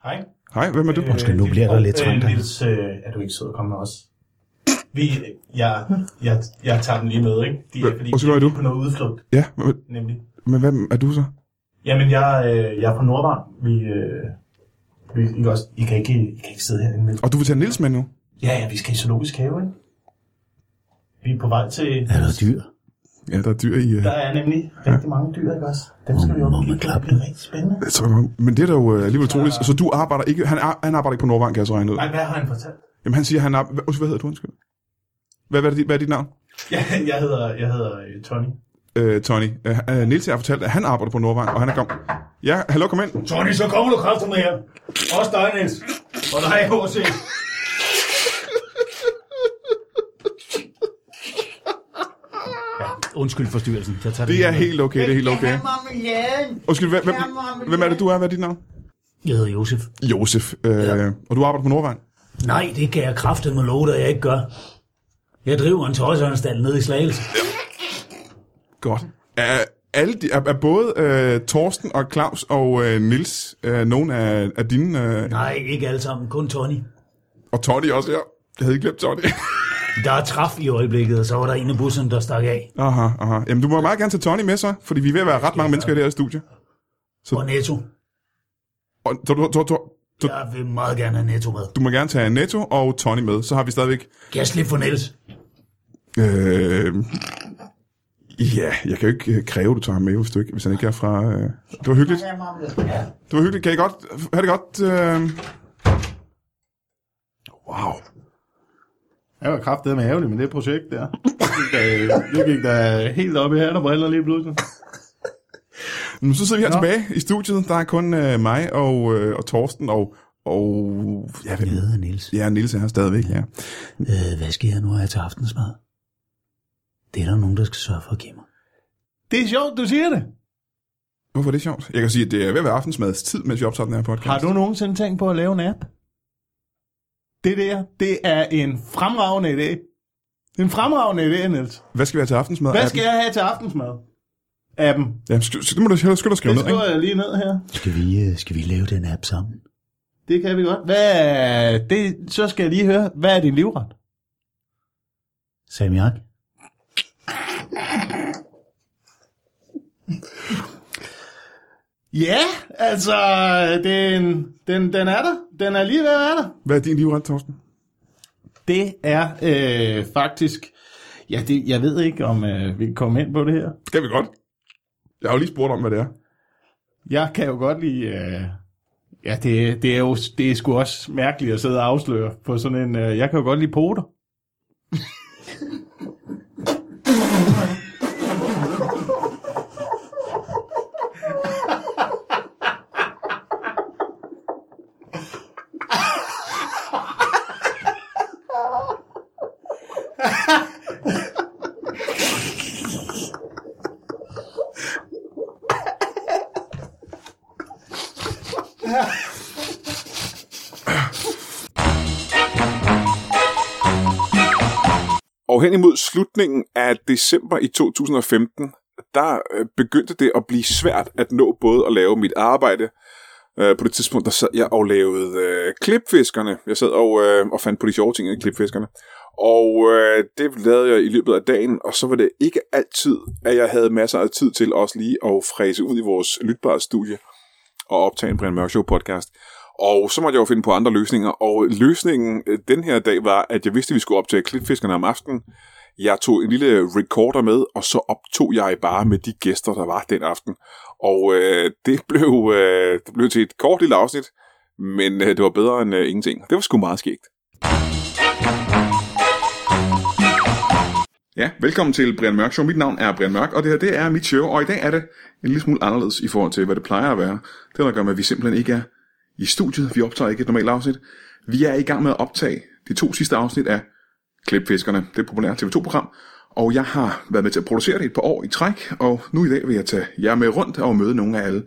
S12: Hej.
S1: Hej, hvem er du?
S8: Øh.
S9: Undskyld, nu bliver der lidt trængt her.
S12: Niels, øh, er du ikke sød at komme med os? Vi, jeg, jeg, jeg tager dem lige med, ikke? De
S1: Hvad- undskyld, hvad
S12: de
S1: er du?
S12: på noget udflugt,
S1: Ja, men,
S12: nemlig.
S1: men hvem er du så?
S12: Jamen, jeg, øh, jeg er fra Nordvang. Vi, øh, vi, I, kan også, I, kan ikke, I kan ikke sidde herinde, vel?
S1: Og du vil tage Nils med nu?
S12: Ja, ja, vi skal i zoologisk have, ikke? Vi er på vej til...
S9: Er der dyr?
S1: Ja, der er dyr i... Øh,
S12: Der er nemlig rigtig mange dyr, ikke også? Dem skal vi jo
S9: Må man
S12: kigge på.
S9: klappe
S12: Det er rigtig spændende.
S1: så, men det er da jo øh, alligevel troligt. Så du arbejder ikke... Han, ar- han arbejder ikke på Nordvang, kan jeg så regne ud.
S12: Nej, hvad har han fortalt?
S1: Jamen, han siger, han er... Hvad, undskyld, hvad hedder du, undskyld? Hvad, hvad, er, dit, hvad er dit navn?
S12: Jeg, jeg hedder, jeg hedder øh, Tony.
S1: Øh, Tony. Øh, øh, Nils har fortalt, at han arbejder på Nordvang, og han er kommet... Ja, hallo, kom ind.
S12: Tony, så kommer du kraftigt med her. Også dig, Niels. Og dig, H.C.
S9: Undskyld forstyrrelsen. Jeg tager
S1: Det er helt okay, det er helt okay.
S8: marmeladen.
S1: Undskyld, hvem, hvem, hvem er det, du er? Hvad er dit navn?
S9: Jeg hedder Josef.
S1: Josef. Øh, ja. Og du arbejder på Nordvang?
S9: Nej, det kan jeg kraftedeme love dig, jeg ikke gør. Jeg driver en tøjsøjnstand nede i Slagelse.
S1: Godt. Er, alle de, er, er både øh, Torsten og Claus og øh, Nils øh, nogen af, af dine... Øh,
S9: Nej, ikke alle sammen. Kun Tony.
S1: og Tony også her. Jeg havde ikke glemt Tony.
S9: Der er træf i øjeblikket, og så var der en af bussen, der stak af.
S1: aha, aha. Jamen, du må meget gerne tage Tony med så, fordi vi er ved at være ret mange mennesker i det her studie.
S9: Og Netto.
S1: Og, så, du, så, så, så,
S9: Jeg vil meget gerne have Netto med.
S1: du må gerne tage Netto og Tony med, så har vi stadigvæk...
S9: Kan jeg slippe for Niels?
S1: Øh, ja, jeg kan jo ikke øh, kræve, at du tager ham med, hvis, du ikke, hvis han ikke er fra... Øh, det var hyggeligt. Det var hyggeligt. Kan I godt... Ha' det godt. Øh... Wow.
S11: Jeg var kraftedeme ærgerlig med det projekt der. Nu gik der helt op i hænder briller lige pludselig.
S1: Men så sidder vi her
S11: Nå.
S1: tilbage i studiet. Der er kun øh, mig og, øh, og Torsten og... og ja, hvem,
S9: Jeg hedder Niels.
S1: ja, Nils er her stadigvæk, ja.
S9: Øh, hvad skal jeg nu have til aftensmad? Det er der nogen, der skal sørge for at give mig.
S11: Det er sjovt, du siger det.
S13: Hvorfor er det sjovt? Jeg kan sige, at det er ved at være aftensmadstid, mens vi optager den her podcast.
S11: Har du nogensinde tænkt på at lave en app? Det der, det er en fremragende idé. Det er en fremragende idé, Niels.
S13: Hvad skal vi have til aftensmad?
S11: Hvad skal jeg have til aftensmad? Appen.
S13: Jamen, sk- så det må du hellere skynde dig at skrive
S11: Det
S13: ned,
S11: skriver
S13: ikke?
S11: jeg lige ned her.
S9: Skal vi, øh, skal vi lave den app sammen?
S11: Det kan vi godt. Hvad er det, så skal jeg lige høre, hvad er din livret?
S9: Samiak?
S11: Ja, altså, den, den, den er der. Den er lige ved at være der.
S13: Hvad er din livret, Torsten?
S11: Det er øh, faktisk... Ja, det, jeg ved ikke, om øh, vi kan komme ind på det her.
S13: Skal vi godt. Jeg har jo lige spurgt om, hvad det er.
S11: Jeg kan jo godt lide... Øh, ja, det, det er jo det er sgu også mærkeligt at sidde og afsløre på sådan en... Øh, jeg kan jo godt lide poter.
S1: Og hen imod slutningen af december i 2015, der øh, begyndte det at blive svært at nå både at lave mit arbejde. Øh, på det tidspunkt, der sad jeg og lavede øh, klipfiskerne. Jeg sad og, øh, og fandt på de sjove ting i klipfiskerne. Og øh, det lavede jeg i løbet af dagen, og så var det ikke altid, at jeg havde masser af tid til også lige at fræse ud i vores lytbare studie og optage en Brian Mørk Show podcast. Og så måtte jeg jo finde på andre løsninger, og løsningen øh, den her dag var, at jeg vidste, at vi skulle optage klipfiskerne om aftenen. Jeg tog en lille recorder med, og så optog jeg bare med de gæster, der var den aften. Og øh, det, blev, øh, det blev til et kort lille afsnit, men øh, det var bedre end øh, ingenting. Det var sgu meget skægt. Ja, velkommen til Brian Mørk Show. Mit navn er Brian Mørk, og det her det er mit show. Og i dag er det en lille smule anderledes i forhold til, hvad det plejer at være. Det har noget at gøre med, at vi simpelthen ikke er i studiet. Vi optager ikke et normalt afsnit. Vi er i gang med at optage de to sidste afsnit af Klipfiskerne, det populære TV2-program. Og jeg har været med til at producere det et par år i træk, og nu i dag vil jeg tage jer med rundt og møde nogle af alle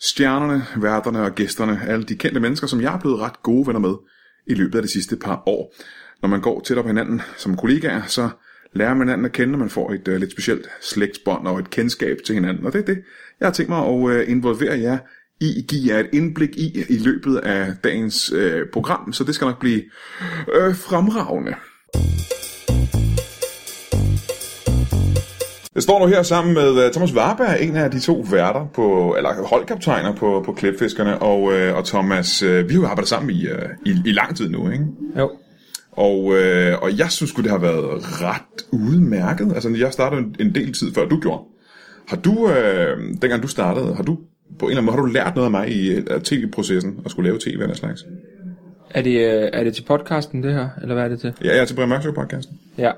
S1: stjernerne, værterne og gæsterne, alle de kendte mennesker, som jeg er blevet ret gode venner med i løbet af de sidste par år. Når man går tæt op hinanden som kollegaer, så lærer man hinanden at kende, og man får et øh, lidt specielt slægtsbånd og et kendskab til hinanden. Og det er det, jeg har tænkt mig at øh, involvere jer i, give jer et indblik i i løbet af dagens øh, program, så det skal nok blive øh, fremragende. Jeg står nu her sammen med øh, Thomas Warberg, en af de to værter på, eller holdkaptajner på, på Klipfiskerne, og, øh, og Thomas, øh, vi har jo arbejdet sammen i, øh, i, i lang tid nu, ikke?
S14: Jo.
S1: Og, øh, og jeg synes sgu, det har været ret udmærket. Altså, jeg startede en- en del tid før du gjorde. Har du, øh, dengang du startede, har du på en eller anden måde, har du lært noget af mig i øh, af tv-processen, at skulle lave tv og den slags?
S15: Er det, øh, er det til podcasten, det her? Eller hvad er det til?
S1: Ja, jeg er til Brian Mørk Show podcasten.
S15: Ja.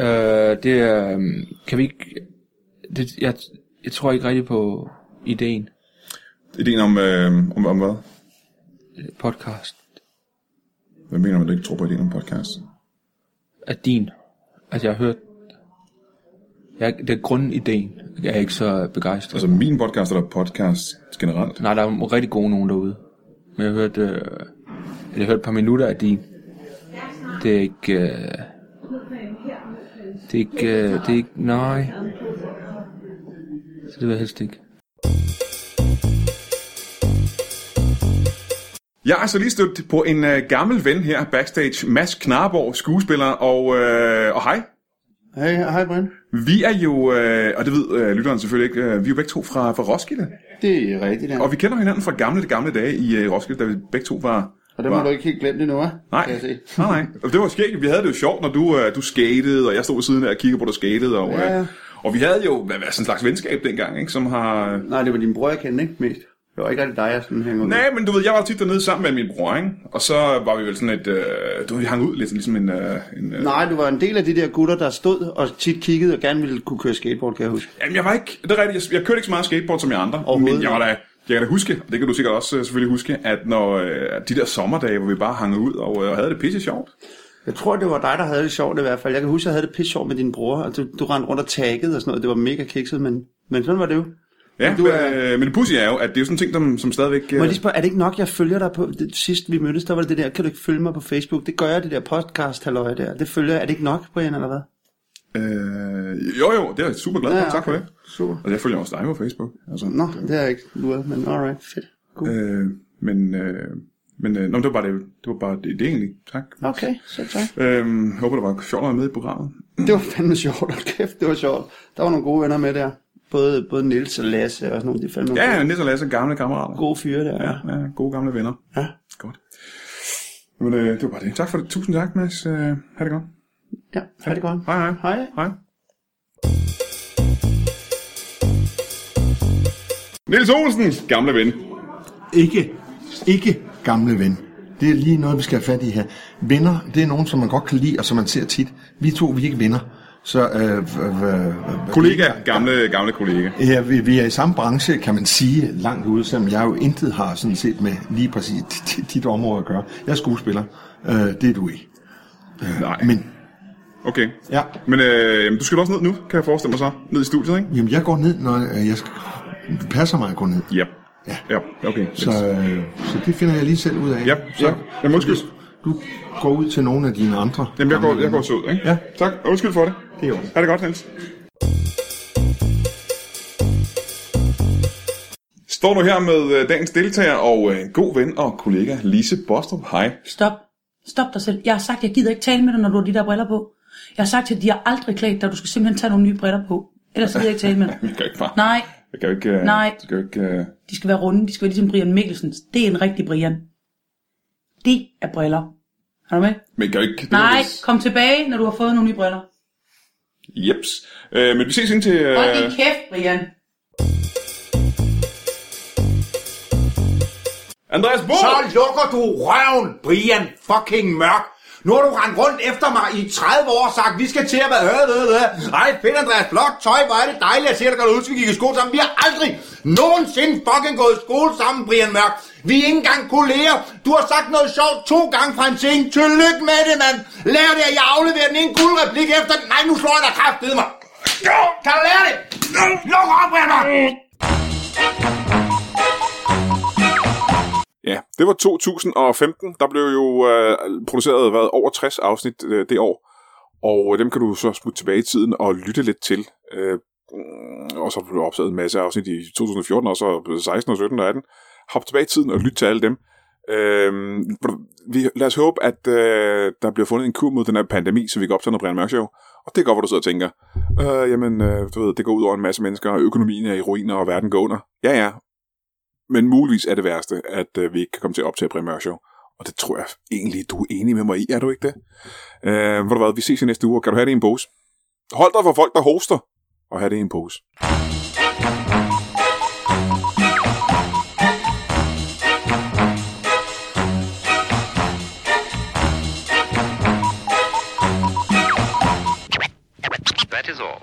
S15: Øh, det øh, kan vi ikke... Det, jeg, jeg tror ikke rigtig på ideen.
S1: Ideen om, øh, om, om hvad?
S15: Podcast.
S1: Hvad mener du, at du ikke tror på ideen om podcast?
S15: Er din. Altså, jeg har hørt... Jeg, det er grundideen. Jeg er ikke så begejstret.
S1: Altså min podcast eller podcast generelt?
S15: Nej, der er jo rigtig gode nogen derude. Men jeg hørte, øh, jeg hørte et par minutter af din. Det er ikke... Øh, det er ikke... Øh, det er ikke... Nej. Så det vil jeg helst ikke.
S1: Jeg er så lige stødt på en øh, gammel ven her backstage, Mads Knarborg, skuespiller, og, øh, og hej.
S11: Hej, hej Brian.
S1: Vi er jo, øh, og det ved øh, lytteren selvfølgelig ikke, øh, vi er jo begge to fra, fra Roskilde.
S16: Det er rigtigt, ja.
S1: Og vi kender hinanden fra gamle, de gamle dage i øh, Roskilde, da vi begge to var...
S16: Og det må du ikke helt glemme det nu, hva'?
S1: Nej,
S16: Kan jeg se.
S1: nej, nej. Og det var skægt. Vi havde det jo sjovt, når du, øh, du skatede, og jeg stod ved siden af og kiggede på, at du skatede. Og,
S16: Ja, ja.
S1: øh, og vi havde jo hvad, hvad, sådan en slags venskab dengang, ikke, som har... Øh,
S16: Nej, det var din bror, jeg kendte, ikke mest. Det var ikke rigtig dig, jeg sådan hænger ud.
S1: Nej, men du ved, jeg var tit dernede sammen med min bror, ikke? Og så var vi vel sådan et... Øh, du ved, vi hang ud lidt, ligesom en... Øh, en øh.
S16: Nej, du var en del af de der gutter, der stod og tit kiggede og gerne ville kunne køre skateboard, kan jeg huske.
S1: Jamen, jeg var ikke... Det er rigtigt, jeg, jeg kørte ikke så meget skateboard som jeg andre.
S16: Overhovedet
S1: Men jeg var da... Jeg kan da huske, og det kan du sikkert også øh, selvfølgelig huske, at når øh, de der sommerdage, hvor vi bare hang ud og, øh, og havde det pisse sjovt.
S16: Jeg tror, det var dig, der havde det sjovt i hvert fald. Jeg kan huske, jeg havde det pisse sjovt med din bror, og du, du rendte rundt og taggede og sådan noget. Det var mega kikset, men, men sådan var det jo.
S1: Ja, men, øh, men det pussy er jo, at det er jo sådan en ting, som, som stadigvæk... øh,
S6: Må jeg lige spørge, er det ikke nok, jeg følger dig på... Det, sidst vi mødtes, der var det det der, kan du ikke følge mig på Facebook? Det gør jeg, det der podcast halløj der. Det følger jeg. Er det ikke nok, Brian, eller hvad?
S1: øh, jo, jo, det er jeg super glad for.
S6: Ja,
S1: Ja,
S6: ja,
S1: Tak for
S6: okay.
S1: det.
S6: Super.
S1: Og jeg følger også dig på Facebook. Altså,
S6: Nå, det har jeg ikke luret, men alright, fedt.
S1: Øh, men øh, men øh, nå, men det var bare det. Det var bare det, det egentlig. Tak.
S6: Okay, så tak.
S1: Øhm, håber, det var sjovt at være med i programmet.
S6: Det var fandme sjovt, hold kæft, det var sjovt. Der var nogle gode venner med der. Både, både Nils og Lasse og sådan nogle, de er fandme
S1: Ja, ja, Nils og Lasse er gamle kammerater.
S6: Gode fyre der.
S1: Ja, ja gode gamle venner.
S6: Ja.
S1: Godt. Men øh, det var bare det. Tak for det. Tusind tak, Mads. Øh, ha' det godt.
S6: Ja, ha' det godt.
S1: Hej, hej.
S6: Hej.
S1: Hej. Nils Olsen, gamle ven.
S11: Ikke, ikke gamle ven. Det er lige noget, vi skal have fat i her. Venner, det er nogen, som man godt kan lide, og som man ser tit. Vi to, vi er ikke venner. Så, øh, øh, øh,
S1: Kollega, gamle, gamle kollega.
S11: Ja, vi, vi er i samme branche, kan man sige, langt ude, selvom jeg jo intet har sådan set med lige præcis dit- dit område at gøre. Jeg er skuespiller. Øh, det er du ikke. Øh,
S1: Nej.
S11: Men
S1: Okay.
S11: Ja.
S1: Men øh, jamen, du skal også ned nu, kan jeg forestille mig så. Ned i studiet, ikke?
S11: jamen, jeg går ned, når øh, jeg skal... Det passer mig at gå ned.
S1: Ja. Ja, ja okay.
S11: Så, øh, så det finder jeg lige selv ud af. Ja,
S1: så- jamen, undskyld.
S11: Du, du går ud til nogle af dine andre.
S1: Jamen, jeg går, jeg går så ud, ikke? Ja. Tak. og Undskyld for det.
S11: Det er jo.
S1: Ha' det godt, Niels. Står nu her med øh, dagens deltager og øh, en god ven og kollega Lise Bostrup. Hej.
S8: Stop. Stop dig selv. Jeg har sagt, jeg gider ikke tale med dig, når du har de der briller på. Jeg har sagt til dig, de har aldrig klædt dig. Du skal simpelthen tage nogle nye briller på. Ellers gider jeg ikke tale med dig.
S1: Jeg kan jo ikke bare...
S8: Nej,
S1: Jeg kan jo ikke... Øh,
S8: Nej.
S1: Du kan jo ikke... Øh,
S8: de skal være runde. De skal være ligesom Brian Mikkelsen. Det er en rigtig Brian. Det er briller. Er du med?
S1: men jeg kan jo ikke... det er
S8: Nej,
S1: jo vist-
S8: kom tilbage, når du har fået nogle nye briller.
S1: Jeps. Øh, men vi ses indtil... Øh,
S8: Hold din kæft, Brian.
S1: Andreas Bo!
S17: Så lukker du røven, Brian fucking Mørk. Nu har du rendt rundt efter mig i 30 år og sagt, vi skal til at være høret, ved, ved. Ej, fedt, Andreas, flot tøj, hvor er det dejligt at se, at du kan huske, vi gik i skole sammen. Vi har aldrig nogensinde fucking gået i skole sammen, Brian Mørk. Vi er ikke engang kolleger. Du har sagt noget sjovt to gange fra en scene. Tillykke med det, mand. Lær det, at jeg afleverer den ene guldreplik efter den. Nej, nu slår jeg dig kraftedeme. mig. Kan du lære det? Luk op, Brian Mørk.
S1: Ja, det var 2015. Der blev jo øh, produceret hvad, over 60 afsnit øh, det år. Og øh, dem kan du så smutte tilbage i tiden og lytte lidt til. Øh, mm, og så blev der optaget en masse afsnit i 2014, og så 16 og 17 og 18. Hop tilbage i tiden og lyt til alle dem. Øh, vi, lad os håbe, at øh, der bliver fundet en kur mod den her pandemi, så vi kan optage noget Brian Mørk Show. Og det er godt, hvor du sidder og tænker, øh, jamen, øh, du ved, det går ud over en masse mennesker, og økonomien er i ruiner, og verden går under. Ja, ja, men muligvis er det værste, at øh, vi ikke kan komme til at optage Brian Show. Og det tror jeg egentlig, du er enig med mig i, er du ikke det? Øh, ved du hvad, vi ses i næste uge. Kan du have det i en pose? Hold dig for folk, der hoster, og have det i en pose.
S18: That is all.